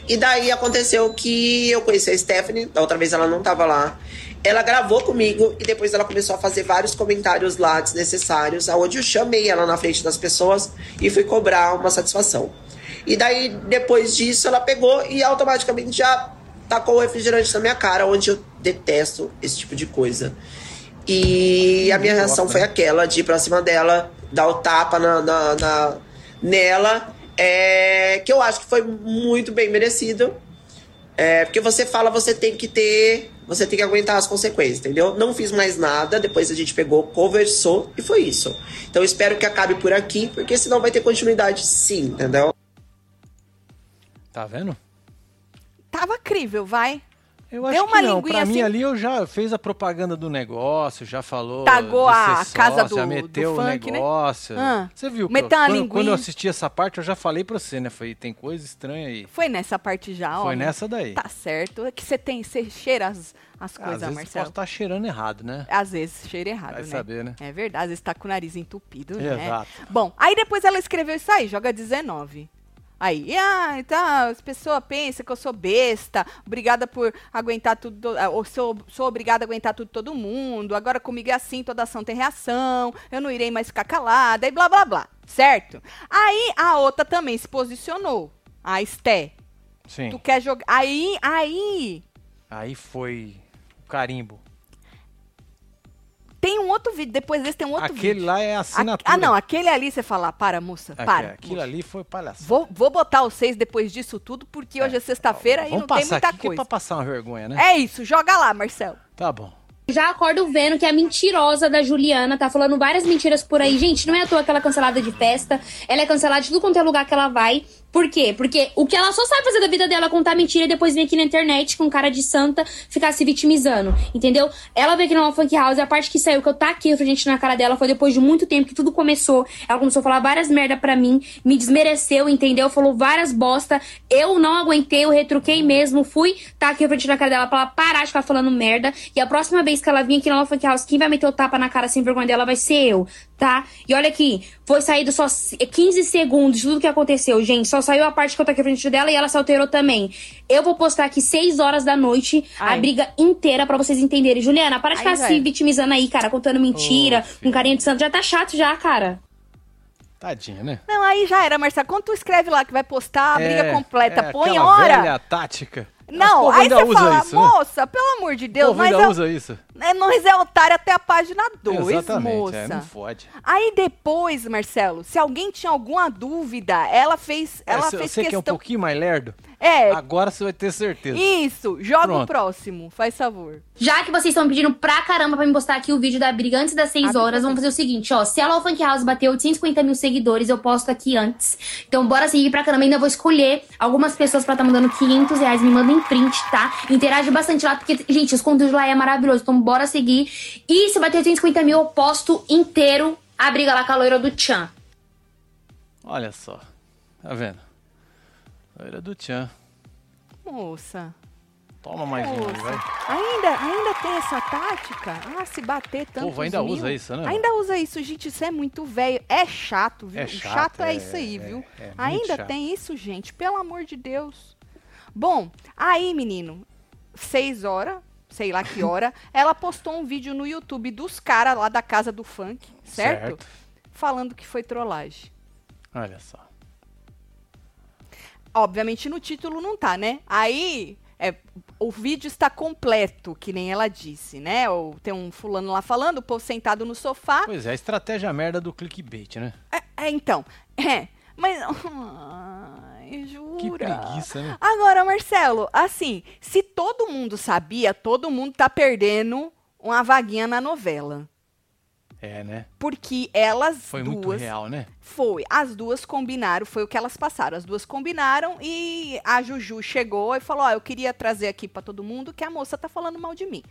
Speaker 3: E daí aconteceu que eu conheci a Stephanie, da outra vez ela não tava lá. Ela gravou comigo e depois ela começou a fazer vários comentários lá desnecessários, aonde eu chamei ela na frente das pessoas e fui cobrar uma satisfação. E daí, depois disso, ela pegou e automaticamente já tacou o refrigerante na minha cara, onde eu detesto esse tipo de coisa. E a minha reação foi aquela de ir pra cima dela, dar o tapa na, na- na- nela, é, que eu acho que foi muito bem merecido. É, porque você fala, você tem que ter. Você tem que aguentar as consequências, entendeu? Não fiz mais nada, depois a gente pegou, conversou e foi isso. Então espero que acabe por aqui, porque senão vai ter continuidade sim, entendeu?
Speaker 2: Tá vendo?
Speaker 1: Tava crível, vai.
Speaker 2: Eu
Speaker 1: Deu
Speaker 2: acho
Speaker 1: uma
Speaker 2: que não. Pra
Speaker 1: linguinha
Speaker 2: mim
Speaker 1: assim-
Speaker 2: ali eu já fez a propaganda do negócio, já falou.
Speaker 1: Tagou
Speaker 2: de
Speaker 1: a
Speaker 2: ser
Speaker 1: casa
Speaker 2: sócio,
Speaker 1: do-
Speaker 2: já meteu
Speaker 1: do
Speaker 2: o
Speaker 1: funk, né?
Speaker 2: negócio.
Speaker 1: Ah,
Speaker 2: Você viu? que
Speaker 1: meteu
Speaker 2: eu-
Speaker 1: uma
Speaker 2: quando, quando
Speaker 1: linguinha.
Speaker 2: eu assisti essa parte, eu já falei pra você, né? Foi, tem coisa estranha aí.
Speaker 1: Foi nessa parte já, ó.
Speaker 2: Foi nessa daí.
Speaker 1: Tá certo. É que você tem, você cheira as, as
Speaker 2: Ah, Às
Speaker 1: coisas,
Speaker 2: vezes
Speaker 1: Marcelo.
Speaker 2: posso estar cheirando errado, né?
Speaker 1: Às vezes cheira errado,
Speaker 2: Vai
Speaker 1: né?
Speaker 2: saber, né?
Speaker 1: É verdade, às vezes tá com o nariz entupido, né?
Speaker 2: Exato.
Speaker 1: Bom, aí depois ela escreveu isso aí, joga 19. Aí, ah, tá, as pessoas pensam que eu sou besta, obrigada por aguentar tudo, do- ah, ou sou, sou obrigada a aguentar tudo todo mundo, agora comigo é assim, toda ação tem reação, eu não irei mais ficar calada, e blá, blá, blá, certo? Aí a outra também se posicionou, a Esté,
Speaker 2: Sim.
Speaker 1: tu quer jogar, aí, aí,
Speaker 2: Aí foi o carimbo.
Speaker 1: tem um outro vídeo, depois desse tem um outro
Speaker 2: Aquele
Speaker 1: vídeo.
Speaker 2: lá é a
Speaker 1: Aque-
Speaker 2: assinatura.
Speaker 1: Ah, não, aquele ali você fala, para, moça,
Speaker 2: Aque-
Speaker 1: para.
Speaker 2: Aquilo
Speaker 1: moça.
Speaker 2: ali foi palhaçada.
Speaker 1: Vou, vou botar vocês depois disso tudo, porque hoje é sexta-feira e
Speaker 2: Vamos
Speaker 1: não tem
Speaker 2: passar
Speaker 1: muita
Speaker 2: aqui que é
Speaker 1: coisa.
Speaker 2: pra passar uma vergonha, né?
Speaker 1: É isso, joga lá, Marcelo.
Speaker 2: Tá bom.
Speaker 4: Já acordo vendo que a mentirosa da Juliana tá falando várias mentiras por aí. Gente, não é à toa que ela é cancelada de festa. Ela é cancelada de tudo quanto é lugar que ela vai. Por quê? Porque o que ela só sabe fazer da vida dela é contar mentira e depois vir aqui na internet com cara de santa ficar se vitimizando, entendeu? Ela veio aqui no Funk House, a parte que saiu, que eu taquei a gente na cara dela, foi depois de muito tempo que tudo começou. Ela começou a falar várias merda pra mim, me desmereceu, entendeu? Falou várias bosta. Eu não aguentei, eu retruquei mesmo, fui taquei a gente na cara dela pra ela parar de ficar falando merda. E a próxima vez que ela vir aqui no Funk House, quem vai meter o tapa na cara sem vergonha dela vai ser eu, tá? E olha aqui, foi saído só 15 segundos de tudo que aconteceu, gente. Só saiu a parte que eu taquei a frente dela e ela se alterou também. Eu vou postar aqui 6 horas da noite
Speaker 1: Ai.
Speaker 4: a briga inteira pra vocês entenderem. Juliana, para de
Speaker 1: Ai,
Speaker 4: ficar se
Speaker 1: velho.
Speaker 4: vitimizando aí, cara, contando mentira,
Speaker 2: Ô,
Speaker 4: com carinha de santo. Já tá chato já, cara.
Speaker 2: Tadinha, né?
Speaker 1: Não, aí já era, Marcela. Quando tu escreve lá que vai postar a briga
Speaker 2: É,
Speaker 1: completa,
Speaker 2: é
Speaker 1: põe
Speaker 2: aquela
Speaker 1: hora.
Speaker 2: velha tática. Mas o
Speaker 1: Não,
Speaker 2: povo
Speaker 1: aí
Speaker 2: ainda
Speaker 1: você
Speaker 2: usa
Speaker 1: fala,
Speaker 2: isso, né?
Speaker 1: moça, pelo amor de
Speaker 2: O
Speaker 1: Deus,
Speaker 2: povo
Speaker 1: nós
Speaker 2: ainda
Speaker 1: é,
Speaker 2: usa isso.
Speaker 1: é, nós é otário até a página 2,
Speaker 2: Exatamente,
Speaker 1: moça.
Speaker 2: é, não fode.
Speaker 1: Aí depois, Marcelo, se alguém tinha alguma dúvida, ela fez, ela
Speaker 2: É, se-
Speaker 1: fez
Speaker 2: você que é um
Speaker 1: questão.
Speaker 2: pouquinho mais lerdo,
Speaker 1: É,
Speaker 2: agora você vai ter certeza.
Speaker 1: isso, joga o
Speaker 2: Pronto.
Speaker 1: próximo, faz favor.
Speaker 4: Já que vocês estão pedindo pra caramba pra me postar aqui o vídeo da briga antes das 6
Speaker 1: Ah,
Speaker 4: horas, vamos fazer o seguinte, ó. Se a Law Funk House bater 850 mil seguidores, eu posto aqui antes. Então bora seguir pra caramba. Ainda vou escolher algumas pessoas pra tá mandando 500 reais. Me mandem print, tá? Interage bastante lá, porque, gente, os conteúdos lá é maravilhoso. Então bora seguir. E se bater 850 mil, eu posto inteiro a briga lá com a loira do Tchan.
Speaker 2: Olha só. Tá vendo? Era do Tchan.
Speaker 1: Moça,
Speaker 2: Toma mais um aí,
Speaker 1: moça.
Speaker 2: vai.
Speaker 1: Ainda, ainda tem essa tática? Ah, se bater tanto.
Speaker 2: povo ainda usa isso, né?
Speaker 1: Ainda usa isso, gente, isso é muito velho. É chato, viu?
Speaker 2: É
Speaker 1: O
Speaker 2: chato,
Speaker 1: é,
Speaker 2: é-
Speaker 1: isso aí,
Speaker 2: é-
Speaker 1: viu?
Speaker 2: é muito
Speaker 1: ainda
Speaker 2: chato.
Speaker 1: tem isso, gente, pelo amor de Deus. Bom, aí, menino, seis horas, sei lá que hora, ela postou um vídeo no YouTube dos caras lá da casa do funk, certo? Falando que foi trollagem.
Speaker 2: Olha só.
Speaker 1: Obviamente no título não tá, né? Aí é, o vídeo está completo, que nem ela disse, né? Ou tem um fulano lá falando, o povo sentado no sofá.
Speaker 2: Pois é, a estratégia merda do clickbait, né?
Speaker 1: É, é, então. É. Mas. Ai, jura.
Speaker 2: Que preguiça, né?
Speaker 1: Agora, Marcelo, assim, se todo mundo sabia, todo mundo tá perdendo uma vaguinha na novela.
Speaker 2: É, né?
Speaker 1: Porque elas
Speaker 2: Foi muito
Speaker 1: duas.
Speaker 2: real, né?
Speaker 1: Foi. As duas combinaram, foi o que elas passaram. As duas combinaram e a Juju chegou e falou: Ó, eu queria trazer aqui pra todo mundo que a moça tá falando mal de mim.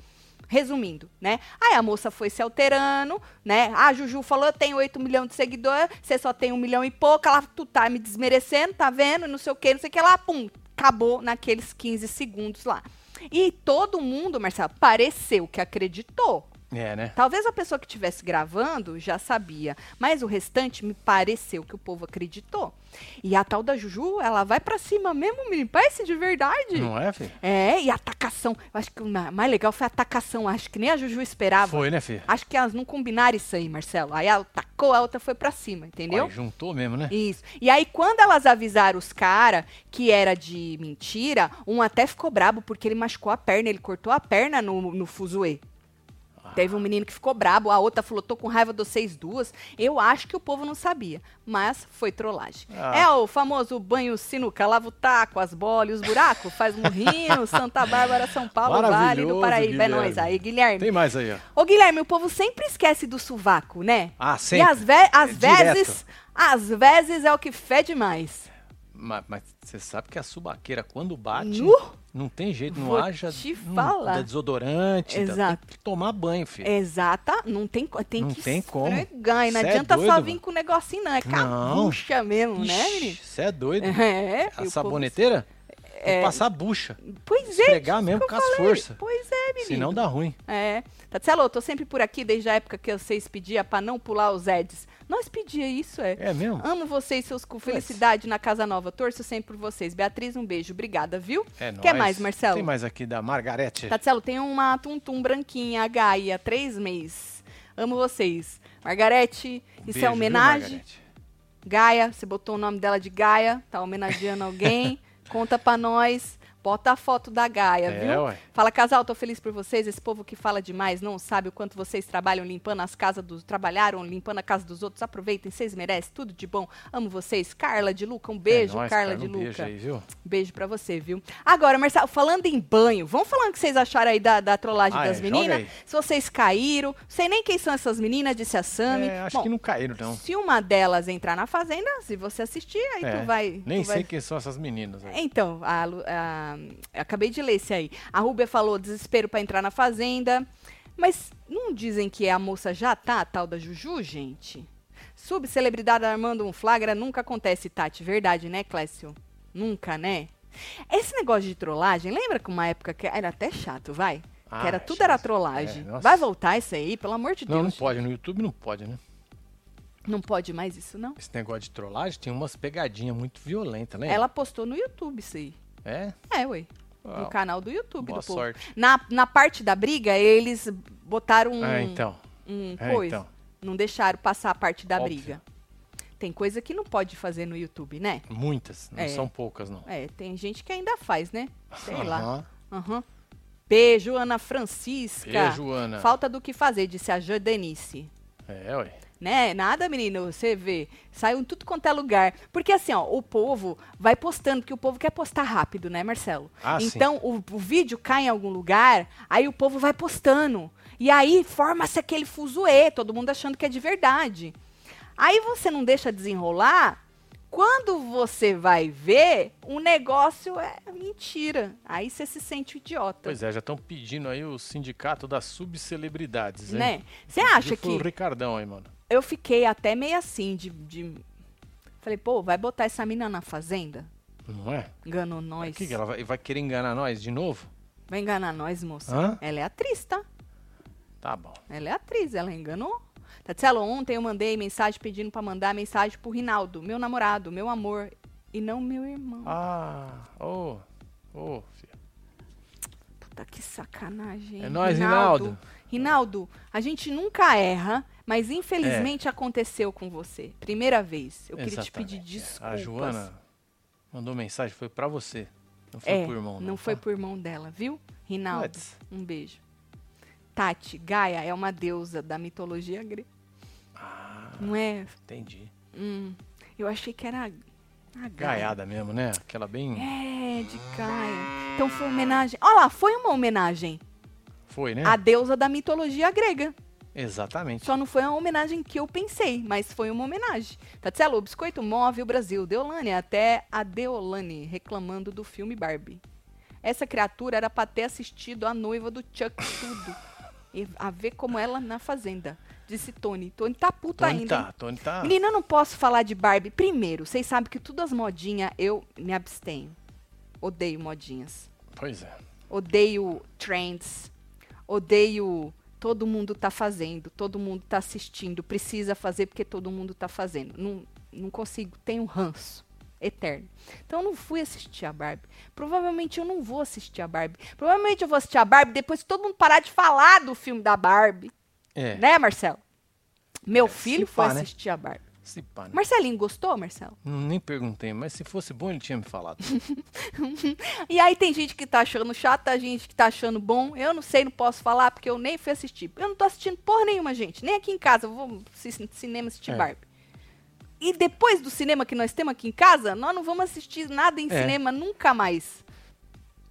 Speaker 1: Resumindo, né? Aí a moça foi se alterando, né? A Juju falou: eu tenho 8 milhões de seguidores, você só tem um milhão e pouco, ela tu tá me desmerecendo, tá vendo? Não sei o que, não sei o que lá, pum, acabou naqueles 15 segundos lá. E todo mundo, Marcelo, pareceu que acreditou.
Speaker 2: É, né?
Speaker 1: Talvez a pessoa que estivesse gravando já sabia, mas o restante me pareceu que o povo acreditou. E a tal da Juju, ela vai pra cima mesmo, menino, parece de verdade.
Speaker 2: Não é, filho?
Speaker 1: É, e a atacação, eu acho que o na- mais legal foi a atacação, acho que nem a Juju esperava.
Speaker 2: Foi, né, filho?
Speaker 1: Acho que elas não combinaram isso aí, Marcelo. Aí ela atacou, a outra foi pra cima, entendeu?
Speaker 2: Aí juntou mesmo, né?
Speaker 1: Isso. E aí, quando elas avisaram os cara que era de mentira, um até ficou brabo porque ele machucou a perna, ele cortou a perna no, no fuzuê. Teve um
Speaker 2: Ah.
Speaker 1: menino que ficou brabo, a outra falou, tô com raiva de vocês duas. Eu acho que o povo não sabia, mas foi trollagem.
Speaker 2: Ah.
Speaker 1: É o famoso banho sinuca, lava o taco, as bolas, os buracos, faz morrinho, Santa Bárbara, São Paulo, Vale do
Speaker 2: Maravilhoso,
Speaker 1: Paraíba. É
Speaker 2: Guilherme.
Speaker 1: nóis aí, Guilherme.
Speaker 2: Tem mais aí, ó.
Speaker 1: Ô, Guilherme, o povo sempre esquece do sovaco, né?
Speaker 2: Ah,
Speaker 1: E
Speaker 2: sempre.
Speaker 1: às, ve- às
Speaker 2: É direto.
Speaker 1: vezes, às vezes é o que fede mais.
Speaker 2: Ma- Mas você sabe que a subaqueira, quando bate,
Speaker 1: Nu?
Speaker 2: não tem jeito, não
Speaker 1: Vou
Speaker 2: haja.
Speaker 1: te
Speaker 2: não-
Speaker 1: falar.
Speaker 2: dá desodorante, dá-
Speaker 1: Exato.
Speaker 2: tem que tomar banho, filho.
Speaker 1: Exata, não tem, co- tem
Speaker 2: Não
Speaker 1: que
Speaker 2: tem como.
Speaker 1: esfregar, e não
Speaker 2: Cê é
Speaker 1: adianta só
Speaker 2: doido,
Speaker 1: vir
Speaker 2: mano.
Speaker 1: com o negocinho não, é
Speaker 2: Não.
Speaker 1: cabucha mesmo, né, menino?
Speaker 2: Você é doido.
Speaker 1: É, e o
Speaker 2: A
Speaker 1: povo-
Speaker 2: saboneteira? Tem que passar a bucha.
Speaker 1: Pois é,
Speaker 2: Esfregar
Speaker 1: isso
Speaker 2: mesmo
Speaker 1: que eu
Speaker 2: com as
Speaker 1: falei.
Speaker 2: forças.
Speaker 1: Pois é, menino.
Speaker 2: Senão dá ruim.
Speaker 1: É. Tatselo, eu tô sempre por aqui desde a época que vocês pediam é pra não pular os Eds. Nós pedia isso, é.
Speaker 2: É mesmo?
Speaker 1: Amo vocês, seus cu. Felicidade na Casa Nova. Torço sempre por vocês. Beatriz, um beijo. Obrigada, viu?
Speaker 2: É
Speaker 1: Quer
Speaker 2: nóis.
Speaker 1: mais, Marcelo? Tá,
Speaker 2: Tem mais aqui da Margarete.
Speaker 1: Tatselo, tem uma tuntum branquinha, a Gaia, três meses. Amo vocês. Margarete,
Speaker 2: Um
Speaker 1: isso
Speaker 2: beijo,
Speaker 1: é
Speaker 2: viu,
Speaker 1: homenagem?
Speaker 2: Margarete?
Speaker 1: Gaia, você botou o nome dela de Gaia, tá homenageando alguém. Conta pra nós. Bota a foto da Gaia,
Speaker 2: É,
Speaker 1: viu?
Speaker 2: ué.
Speaker 1: Fala, casal, tô feliz por vocês. Esse povo que fala demais não sabe o quanto vocês trabalham limpando as casas dos. Trabalharam limpando a casa dos outros. Aproveitem, vocês merecem. Tudo de bom. Amo vocês. Carla de Luca, um beijo,
Speaker 2: É nóis,
Speaker 1: Carla
Speaker 2: cara,
Speaker 1: de
Speaker 2: um
Speaker 1: Luca.
Speaker 2: Beijo aí, viu?
Speaker 1: Beijo pra você, viu? Agora, Marcelo, falando em banho, vamos falando o que vocês acharam aí da, da trollagem
Speaker 2: Ah,
Speaker 1: das
Speaker 2: é, joga
Speaker 1: meninas.
Speaker 2: aí.
Speaker 1: Se vocês caíram, sei nem quem são essas meninas, disse a Sami.
Speaker 2: É, acho
Speaker 1: Bom,
Speaker 2: que não caíram, não.
Speaker 1: se uma delas entrar na fazenda, se você assistir, aí
Speaker 2: É,
Speaker 1: tu vai.
Speaker 2: Nem
Speaker 1: tu vai-
Speaker 2: sei quem são essas meninas. aí.
Speaker 1: Então, a Lu- a- eu acabei de ler esse aí. A Rúbia falou desespero pra entrar na fazenda. Mas não dizem que a moça já tá, a tal da Juju, gente? Subcelebridade armando um flagra nunca acontece, Tati. Verdade, né, Clécio? Nunca, né? Esse negócio de trollagem, lembra que uma época que era até chato, vai? que
Speaker 2: Ah,
Speaker 1: era
Speaker 2: é
Speaker 1: tudo era
Speaker 2: chato.
Speaker 1: trollagem.
Speaker 2: É, nossa.
Speaker 1: vai voltar isso aí, pelo amor de
Speaker 2: Não, não
Speaker 1: Deus.
Speaker 2: pode. No YouTube não pode, né?
Speaker 1: Não pode mais isso, não.
Speaker 2: Esse negócio de trollagem tem umas pegadinhas muito violentas, né?
Speaker 1: Ela postou no YouTube isso aí.
Speaker 2: É?
Speaker 1: É, ué.
Speaker 2: Uau.
Speaker 1: No canal do YouTube
Speaker 2: Boa
Speaker 1: do povo.
Speaker 2: sorte.
Speaker 1: Na, na parte da briga, eles botaram um,
Speaker 2: Ah, então.
Speaker 1: um
Speaker 2: É,
Speaker 1: coisa.
Speaker 2: então.
Speaker 1: Não deixaram passar a parte da
Speaker 2: Óbvio.
Speaker 1: briga. Tem coisa que não pode fazer no YouTube, né?
Speaker 2: Muitas. Não
Speaker 1: É.
Speaker 2: são poucas, não.
Speaker 1: É, tem gente que ainda faz, né? Sei lá.
Speaker 2: Aham.
Speaker 1: Aham. Beijo, Ana Francisca.
Speaker 2: Beijo, Ana.
Speaker 1: Falta do que fazer, disse a Jo Denice.
Speaker 2: É, ué.
Speaker 1: Né? Nada, menino, você vê. Saiu em tudo quanto é lugar. Porque assim, ó, o povo vai postando, porque o povo quer postar rápido, né, Marcelo?
Speaker 2: Ah, sim.
Speaker 1: então, o, o vídeo cai em algum lugar, aí o povo vai postando. E aí forma-se aquele fuzuê, todo mundo achando que é de verdade. Aí você não deixa desenrolar. Quando você vai ver, o negócio é mentira. Aí você se sente idiota.
Speaker 2: Pois é, já estão pedindo aí o sindicato das subcelebridades, hein?
Speaker 1: né? Você acha
Speaker 2: Pediu foi
Speaker 1: que.
Speaker 2: o Ricardão aí, mano.
Speaker 1: eu fiquei até meio assim de, de- Falei, pô, vai botar essa mina na fazenda?
Speaker 2: Não é?
Speaker 1: Enganou
Speaker 2: O
Speaker 1: nós.
Speaker 2: que, que ela vai, vai querer enganar nós de novo?
Speaker 1: Vai enganar nós, moça.
Speaker 2: Hã?
Speaker 1: Ela é atriz, tá?
Speaker 2: Tá bom.
Speaker 1: Ela é atriz, ela enganou. Tatielo, ontem eu mandei mensagem pedindo pra mandar mensagem pro Rinaldo, meu namorado, meu amor, e não meu irmão.
Speaker 2: Ah, ô, ô, filho.
Speaker 1: Puta que sacanagem. hein?
Speaker 2: É nóis, Rinaldo.
Speaker 1: Rinaldo, a gente nunca erra, mas
Speaker 2: É.
Speaker 1: infelizmente aconteceu com você. Primeira vez. Eu queria te pedir
Speaker 2: Exatamente.
Speaker 1: desculpas.
Speaker 2: A Joana mandou mensagem, foi pra você. Não foi
Speaker 1: é,
Speaker 2: pro irmão, não.
Speaker 1: Não foi
Speaker 2: tá?
Speaker 1: pro irmão dela, viu? Rinaldo,
Speaker 2: Puts.
Speaker 1: um beijo. Tati, Gaia é uma deusa da mitologia grega.
Speaker 2: Ah.
Speaker 1: Não é?
Speaker 2: Entendi.
Speaker 1: Hum, eu achei que era a Gaia.
Speaker 2: Gaiada mesmo, né? Aquela bem.
Speaker 1: É, de Gaia. Então foi homenagem. Olha lá, foi uma homenagem
Speaker 2: Foi, né?
Speaker 1: à deusa da mitologia grega.
Speaker 2: Exatamente.
Speaker 1: Só não foi uma homenagem que eu pensei, mas foi uma homenagem. Tatielo, o biscoito move o Brasil. Deolane, até a Deolane reclamando do filme Barbie. Essa criatura era pra ter assistido a noiva do Chuck tudo. E a ver como ela na fazenda. Disse Tony. Tony tá puto
Speaker 2: Tony
Speaker 1: ainda. hein?
Speaker 2: tá, Tony tá.
Speaker 1: Menina, eu não posso falar de Barbie. Primeiro, vocês sabem que tudo as modinhas eu me abstenho. Odeio modinhas
Speaker 2: Pois é.
Speaker 1: odeio trends, odeio todo mundo tá fazendo, todo mundo tá assistindo, precisa fazer porque todo mundo tá fazendo. Não, não consigo, tenho ranço eterno. Então eu não fui assistir a Barbie. Provavelmente eu não vou assistir a Barbie. Provavelmente eu vou assistir a Barbie depois que todo mundo parar de falar do filme da Barbie,
Speaker 2: É.
Speaker 1: né, Marcelo? Meu
Speaker 2: É, se
Speaker 1: filho
Speaker 2: pá,
Speaker 1: foi
Speaker 2: né?
Speaker 1: assistir a Barbie.
Speaker 2: Se pá, né?
Speaker 1: Marcelinho gostou, Marcelo?
Speaker 2: Nem perguntei, mas se fosse bom ele tinha me falado.
Speaker 1: E aí tem gente que tá achando chato, tem gente que tá achando bom. Eu não sei, não posso falar, porque eu nem fui assistir. Eu não tô assistindo porra nenhuma, gente. Nem aqui em casa. Eu vou no ci- cinema assistir
Speaker 2: É.
Speaker 1: Barbie. E depois do cinema que nós temos aqui em casa, nós não vamos assistir nada em
Speaker 2: É.
Speaker 1: cinema nunca mais.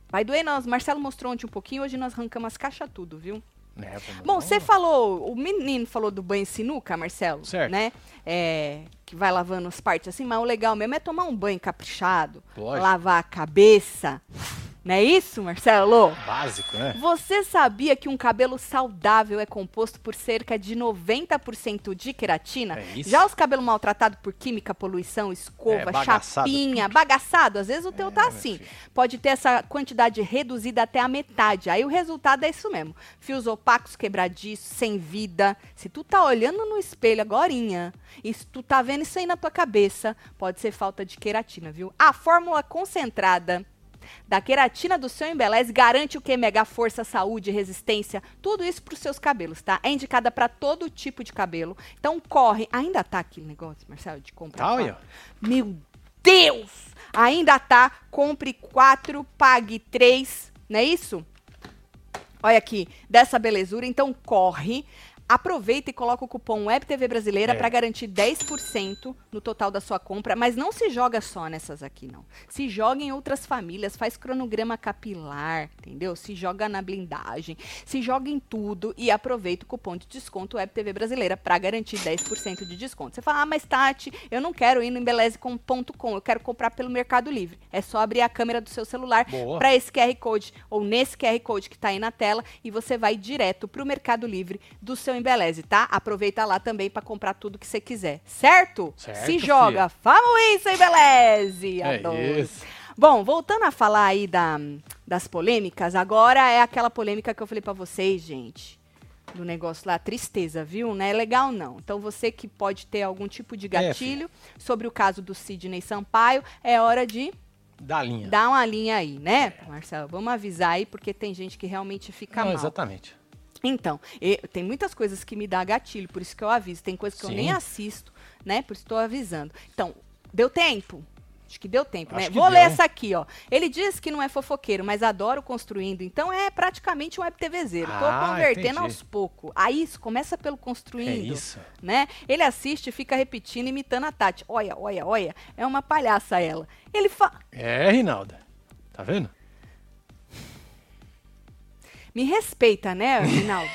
Speaker 1: Vai doer nós. Marcelo mostrou ontem um pouquinho, hoje nós arrancamos as caixas tudo, viu?
Speaker 2: né? Bruno?
Speaker 1: Bom, você falou, o menino falou do banho em sinuca, Marcelo,
Speaker 2: Certo.
Speaker 1: né? É, que vai lavando as partes assim, mas o legal mesmo é tomar um banho caprichado,
Speaker 2: Lógico.
Speaker 1: lavar a cabeça. Não é isso, Marcelo?
Speaker 2: Básico, né?
Speaker 1: Você sabia que um cabelo saudável é composto por cerca de 90% de queratina?
Speaker 2: É isso.
Speaker 1: Já os cabelos maltratados por química, poluição, escova,
Speaker 2: É, bagaçado.
Speaker 1: chapinha, bagaçado, às vezes o teu tá
Speaker 2: meu
Speaker 1: assim.
Speaker 2: filho.
Speaker 1: Pode ter essa quantidade reduzida até a metade. Aí o resultado é isso mesmo. Fios opacos, quebradiços, sem vida. Se tu tá olhando no espelho agorinha e se tu tá vendo isso aí na tua cabeça, pode ser falta de queratina, viu? A fórmula concentrada da queratina do seu embeleze garante o que? Mega força, saúde, resistência, tudo isso pros seus cabelos, tá? É indicada para todo tipo de cabelo. Então corre. Ainda tá aquele negócio, Marcelo, de comprar.
Speaker 2: Tá,
Speaker 1: quatro?
Speaker 2: olha.
Speaker 1: Meu Deus! Ainda tá, compre quatro, pague três, não é isso? Olha aqui, dessa belezura, então corre, aproveita e coloca o cupom WebTV Brasileira
Speaker 2: É.
Speaker 1: pra garantir 10% no total da sua compra, mas não se joga só nessas aqui não. Se joga em outras famílias, faz cronograma capilar, entendeu? Se joga na blindagem, se joga em tudo e aproveita o cupom de desconto WebTV Brasileira pra garantir 10% de desconto. Você fala: "Ah, mas Tati, eu não quero ir no embeleze.com, eu quero comprar pelo Mercado Livre". É só abrir a câmera do seu celular
Speaker 2: Boa.
Speaker 1: para esse QR Code ou nesse QR Code que está aí na tela e você vai direto para o Mercado Livre do seu Embeleze, tá? Aproveita lá também para comprar tudo que você quiser, certo?
Speaker 2: Certo,
Speaker 1: Se joga. Vamos isso, Embeleze!
Speaker 2: É
Speaker 1: Adoro.
Speaker 2: isso.
Speaker 1: Bom, voltando a falar aí da, das polêmicas, agora é aquela polêmica que eu falei para vocês, gente. Do negócio lá, tristeza, viu? Não é legal, não. Então, você que pode ter algum tipo de
Speaker 2: filha.
Speaker 1: gatilho sobre o caso do Sidney Sampaio, é hora de
Speaker 2: Da linha.
Speaker 1: Dá uma linha aí, né, Marcelo? Vamos avisar aí, porque tem gente que realmente fica
Speaker 2: Não,
Speaker 1: mal.
Speaker 2: exatamente.
Speaker 1: Então, e- tem muitas coisas que me dá gatilho, por isso que eu aviso. Tem coisas que eu
Speaker 2: Sim.
Speaker 1: nem assisto, né? Por isso estou avisando. Então, deu tempo? Acho que deu tempo,
Speaker 2: Acho
Speaker 1: né?
Speaker 2: que
Speaker 1: Vou ler
Speaker 2: deu.
Speaker 1: essa aqui, ó. Ele diz que não é fofoqueiro, mas adoro construindo. Então é praticamente um web TVzeiro. Tô
Speaker 2: Ah,
Speaker 1: convertendo
Speaker 2: entendi.
Speaker 1: aos poucos. Aí isso começa pelo construindo
Speaker 2: É isso.
Speaker 1: né? Ele assiste e fica repetindo, imitando a Tati. Olha, olha, olha. É uma palhaça ela. Ele fala.
Speaker 2: É, Rinalda. Tá vendo?
Speaker 1: Me respeita, né, Rinaldo?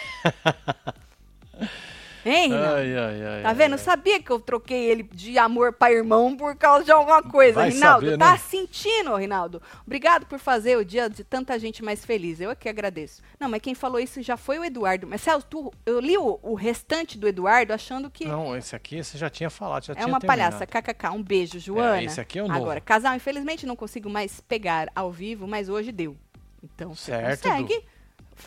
Speaker 1: hein, Rinaldo?
Speaker 2: Ai, ai, ai.
Speaker 1: Tá
Speaker 2: ai,
Speaker 1: vendo? Eu
Speaker 2: ai.
Speaker 1: sabia que eu troquei ele de amor pra irmão por causa de alguma coisa.
Speaker 2: Vai
Speaker 1: Rinaldo,
Speaker 2: saber,
Speaker 1: tá
Speaker 2: né?
Speaker 1: sentindo, Rinaldo? Obrigado por fazer o dia de tanta gente mais feliz. Eu é que agradeço. Não, mas quem falou isso já foi o Eduardo. Mas, Celso, tu, eu li o, o restante do Eduardo achando que
Speaker 2: Não, esse aqui você já tinha falado, já
Speaker 1: é
Speaker 2: tinha
Speaker 1: uma
Speaker 2: terminado.
Speaker 1: palhaça. KKK. Um beijo, Joana.
Speaker 2: esse aqui é o novo.
Speaker 1: Agora, casal, infelizmente não consigo mais pegar ao vivo, mas hoje deu. Então, você
Speaker 2: Certo,
Speaker 1: consegue.